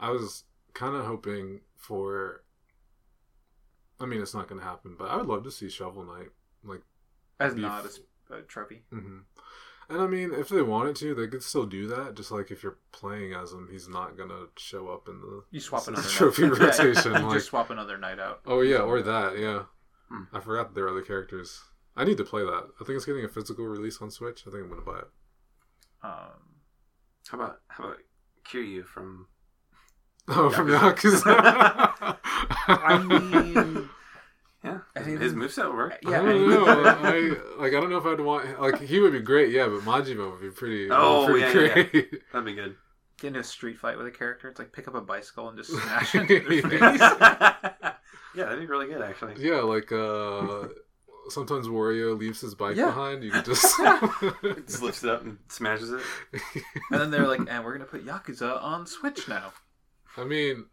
Speaker 2: I was kind of hoping for. I mean, it's not going to happen, but I would love to see Shovel Knight.
Speaker 3: As
Speaker 2: Beef.
Speaker 3: not as a trophy.
Speaker 2: hmm And I mean, if they wanted to, they could still do that. Just like if you're playing as him, he's not going to show up in the.
Speaker 3: You swap another
Speaker 2: Trophy
Speaker 3: night. Yeah,
Speaker 2: rotation,
Speaker 3: you
Speaker 2: like-
Speaker 3: just swap another night out.
Speaker 2: Oh, yeah, or that, yeah.
Speaker 1: Hmm.
Speaker 2: I forgot that there are other characters. I need to play that. I think it's getting a physical release on Switch. I think I'm going to buy it.
Speaker 3: Um,
Speaker 1: How about how about Kiryu from?
Speaker 2: Oh, from
Speaker 1: Yakuza.
Speaker 2: Yakuza.
Speaker 3: I mean,
Speaker 1: Yeah,
Speaker 3: I
Speaker 1: his,
Speaker 3: think-
Speaker 1: his moveset worked.
Speaker 2: I
Speaker 3: yeah,
Speaker 2: don't know. I, like I don't know if I'd want like he would be great, yeah, but Majima would be pretty.
Speaker 1: Oh,
Speaker 2: pretty
Speaker 1: yeah, yeah, yeah.
Speaker 2: great.
Speaker 1: That'd be good.
Speaker 3: get into a street fight with a character. It's like pick up a bicycle and just smash it into their face.
Speaker 1: yeah, that'd be really good actually.
Speaker 2: Yeah, like uh sometimes Wario leaves his bike
Speaker 3: Yeah.
Speaker 2: behind. You could just
Speaker 1: Just lifts it up and smashes it.
Speaker 3: And then they're like, and we're gonna put Yakuza on Switch now.
Speaker 2: I mean,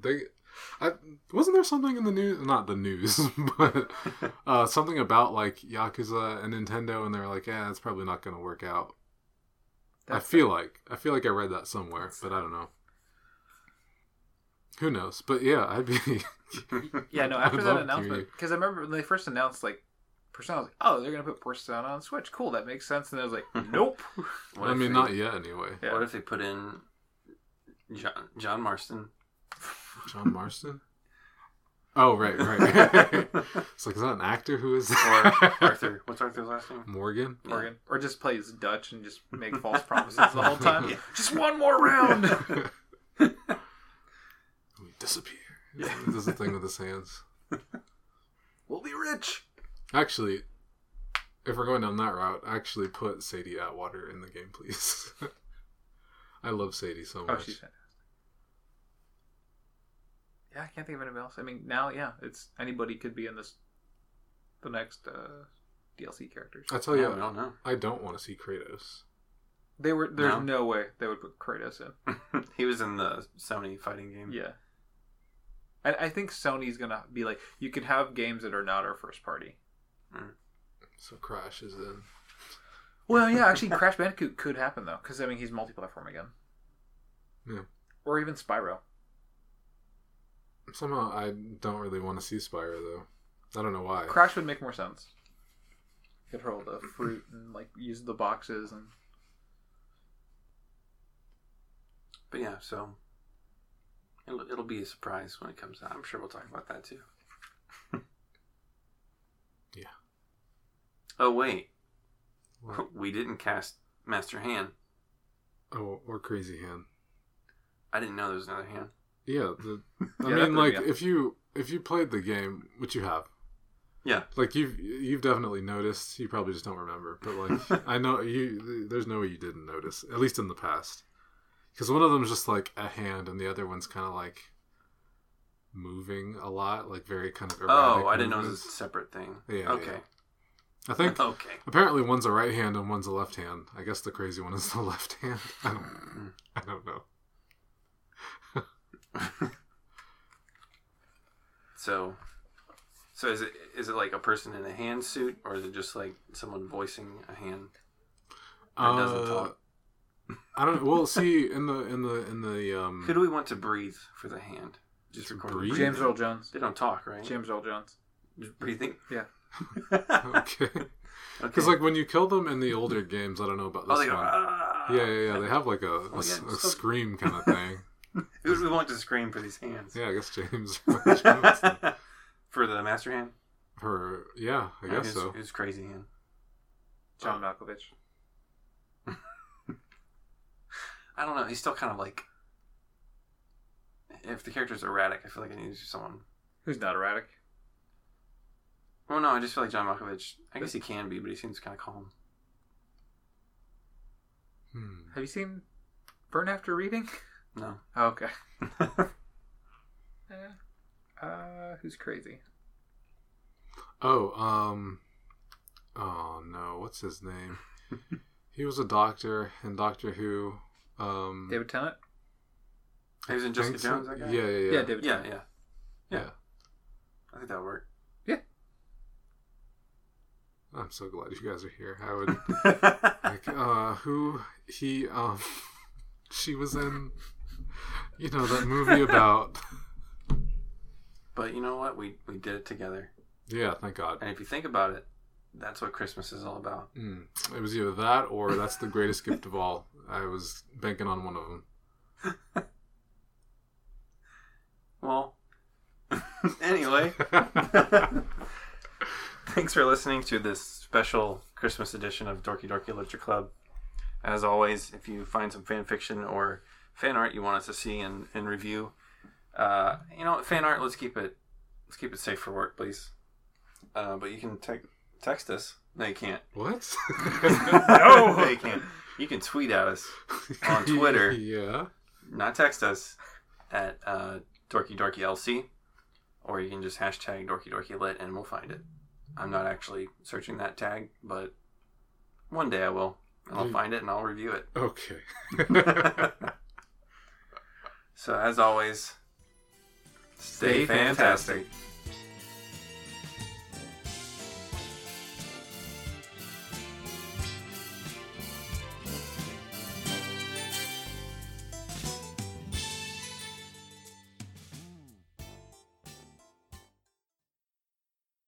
Speaker 2: they I, wasn't there something in the news? Not the news, but uh something about like Yakuza and Nintendo, and they're like, yeah, that's probably not going to work out. I
Speaker 3: That's-
Speaker 2: feel like I feel like I read that somewhere, but I don't know. Who knows? But yeah, I'd be.
Speaker 3: yeah, no.
Speaker 2: I
Speaker 3: After
Speaker 2: would
Speaker 3: that
Speaker 2: love
Speaker 3: announcement, because I remember when they first announced like Persona, I was like, oh, they're gonna put Persona on Switch. Cool, that makes sense. And I was like, nope.
Speaker 1: What
Speaker 2: I
Speaker 1: if
Speaker 2: mean,
Speaker 1: they-
Speaker 2: not yet anyway.
Speaker 3: Yeah.
Speaker 1: What if they put in John, John Marston?
Speaker 2: John Marston. Oh right, right. it's like is that an actor? Who is
Speaker 1: or
Speaker 2: that?
Speaker 1: Arthur? What's Arthur's last name?
Speaker 2: Morgan.
Speaker 3: Morgan, or just plays Dutch and just make false promises the whole time.
Speaker 1: Yeah.
Speaker 3: Just one more
Speaker 1: Oh,
Speaker 3: round.
Speaker 2: We disappear. He does the thing with his hands.
Speaker 3: we'll be rich.
Speaker 2: Actually, if we're going down that route, actually put Sadie Atwater in the game, please. I love Sadie so
Speaker 3: Oh,
Speaker 2: much.
Speaker 3: she's fantastic. Yeah, I can't think of anybody else. I mean, now, yeah, it's anybody could be in this, the next uh, DLC characters.
Speaker 2: I tell
Speaker 1: Oh, yeah, we
Speaker 2: you,
Speaker 1: don't know.
Speaker 2: I don't want to see Kratos.
Speaker 3: They were there's
Speaker 1: No.
Speaker 3: no, way they would put Kratos in.
Speaker 1: he was in the Sony fighting
Speaker 2: Hmm.
Speaker 1: game.
Speaker 3: Yeah, I, I think Sony's gonna be like, you can have games that are not our first party.
Speaker 2: So Crash is in.
Speaker 3: Well, yeah, actually, Crash Bandicoot could happen though, because I mean, he's multi-platform again.
Speaker 2: Yeah.
Speaker 3: Or even Spyro.
Speaker 2: Somehow I don't really want to see Spyro though. I don't know why.
Speaker 3: Crash would make more sense. Control the fruit and like use the boxes and
Speaker 1: But yeah, so it'll, it'll be a surprise when it comes out. I'm sure we'll talk about that too.
Speaker 2: Yeah.
Speaker 1: Oh wait,
Speaker 2: What?
Speaker 1: we didn't cast Master Hand.
Speaker 2: Oh, or Crazy Hand.
Speaker 1: I didn't know there was another hand.
Speaker 2: Yeah, the, I
Speaker 3: Yeah, that
Speaker 2: mean,
Speaker 3: threw
Speaker 2: like
Speaker 3: me off.
Speaker 2: if you if you played the game, which you have,
Speaker 1: Yeah.
Speaker 2: like you've you've definitely noticed. You probably just don't remember, but like I know you. There's no way you didn't notice, at least in the past, because one of them's just like a hand, and the other one's kind of like moving a lot, like very kind of. Erratic
Speaker 1: Oh, I didn't know it was a
Speaker 2: movements.
Speaker 1: separate thing.
Speaker 2: Yeah,
Speaker 1: Okay.
Speaker 2: I think
Speaker 1: Okay.
Speaker 2: apparently one's a right hand and one's a left hand. I guess the crazy one is the left hand. I don't. I don't know.
Speaker 1: So, so is it is it like a person in a hand suit, or is it just like someone voicing a hand? It doesn't
Speaker 2: Uh,
Speaker 1: talk.
Speaker 2: I don't. Well, see, in the in the in the um,
Speaker 1: Who do we want to breathe for the hand? Just
Speaker 2: To
Speaker 1: record them
Speaker 2: breathe?
Speaker 1: breathing.
Speaker 3: James Earl Jones.
Speaker 1: They don't talk, right?
Speaker 3: James Earl Jones.
Speaker 1: Just breathing.
Speaker 3: Yeah.
Speaker 1: okay.
Speaker 2: okay. Because like when you kill them in the older games, I don't know about
Speaker 1: oh,
Speaker 2: this
Speaker 1: they
Speaker 2: one.
Speaker 1: go. "Ah." Oh,
Speaker 2: yeah, yeah, yeah. They have like a, a
Speaker 1: yeah,
Speaker 2: s- a
Speaker 1: so-
Speaker 2: scream kind of thing.
Speaker 1: Who do we want to scream for these hands?
Speaker 2: yeah, I guess James. Jones then.
Speaker 1: for the master hand.
Speaker 2: Her, yeah, I
Speaker 1: who's,
Speaker 2: guess so.
Speaker 1: Who's crazy hand?
Speaker 3: John Malkovich.
Speaker 1: I don't know. He's still kind of like. If the character's erratic, I feel like I need to do someone.
Speaker 3: Who's not erratic?
Speaker 1: Well, no, I just feel like John Malkovich. I guess he can be, but he seems kind of calm.
Speaker 2: Hmm.
Speaker 3: Have you seen Burn After Reading?
Speaker 1: No.
Speaker 3: Oh, okay. Eh. Uh, who's crazy?
Speaker 2: Oh, um, oh no, what's his name? he was a doctor in Doctor Who. Um,
Speaker 3: David Tennant.
Speaker 1: he was in Jessica
Speaker 2: Hanson-
Speaker 1: Jones. That guy?
Speaker 2: Yeah, yeah, yeah.
Speaker 3: Yeah, David
Speaker 1: Yeah,
Speaker 3: Tennant.
Speaker 1: yeah.
Speaker 2: Yeah.
Speaker 1: I think that would work.
Speaker 2: I'm so glad you guys are here. I would like uh, who he um, she was in, you know, that movie about.
Speaker 1: but you know what? We we did it together.
Speaker 2: Yeah, thank God.
Speaker 1: And if you think about it, that's what Christmas is all about.
Speaker 2: Mm. It was either that or that's the greatest gift of all. I was banking on one of them.
Speaker 1: Well, anyway, thanks for listening to this special Christmas edition of Dorky Dorky Literature Club. As always, if you find some fan fiction or fan art you want us to see and, and review, uh, you know, fan art. Let's keep it let's keep it safe for work, please. Uh, but you can te- text us. No, you can't.
Speaker 2: What?
Speaker 1: no, you can't. You can tweet at us on Twitter
Speaker 2: Yeah.
Speaker 1: not text us at uh, dorky dorky lc or you can just hashtag dorky dorky lit and we'll find it i'm not actually searching that tag but one day i will and i'll
Speaker 2: Mm.
Speaker 1: find it and i'll review it
Speaker 2: Okay.
Speaker 1: so as always
Speaker 3: Stay fantastic.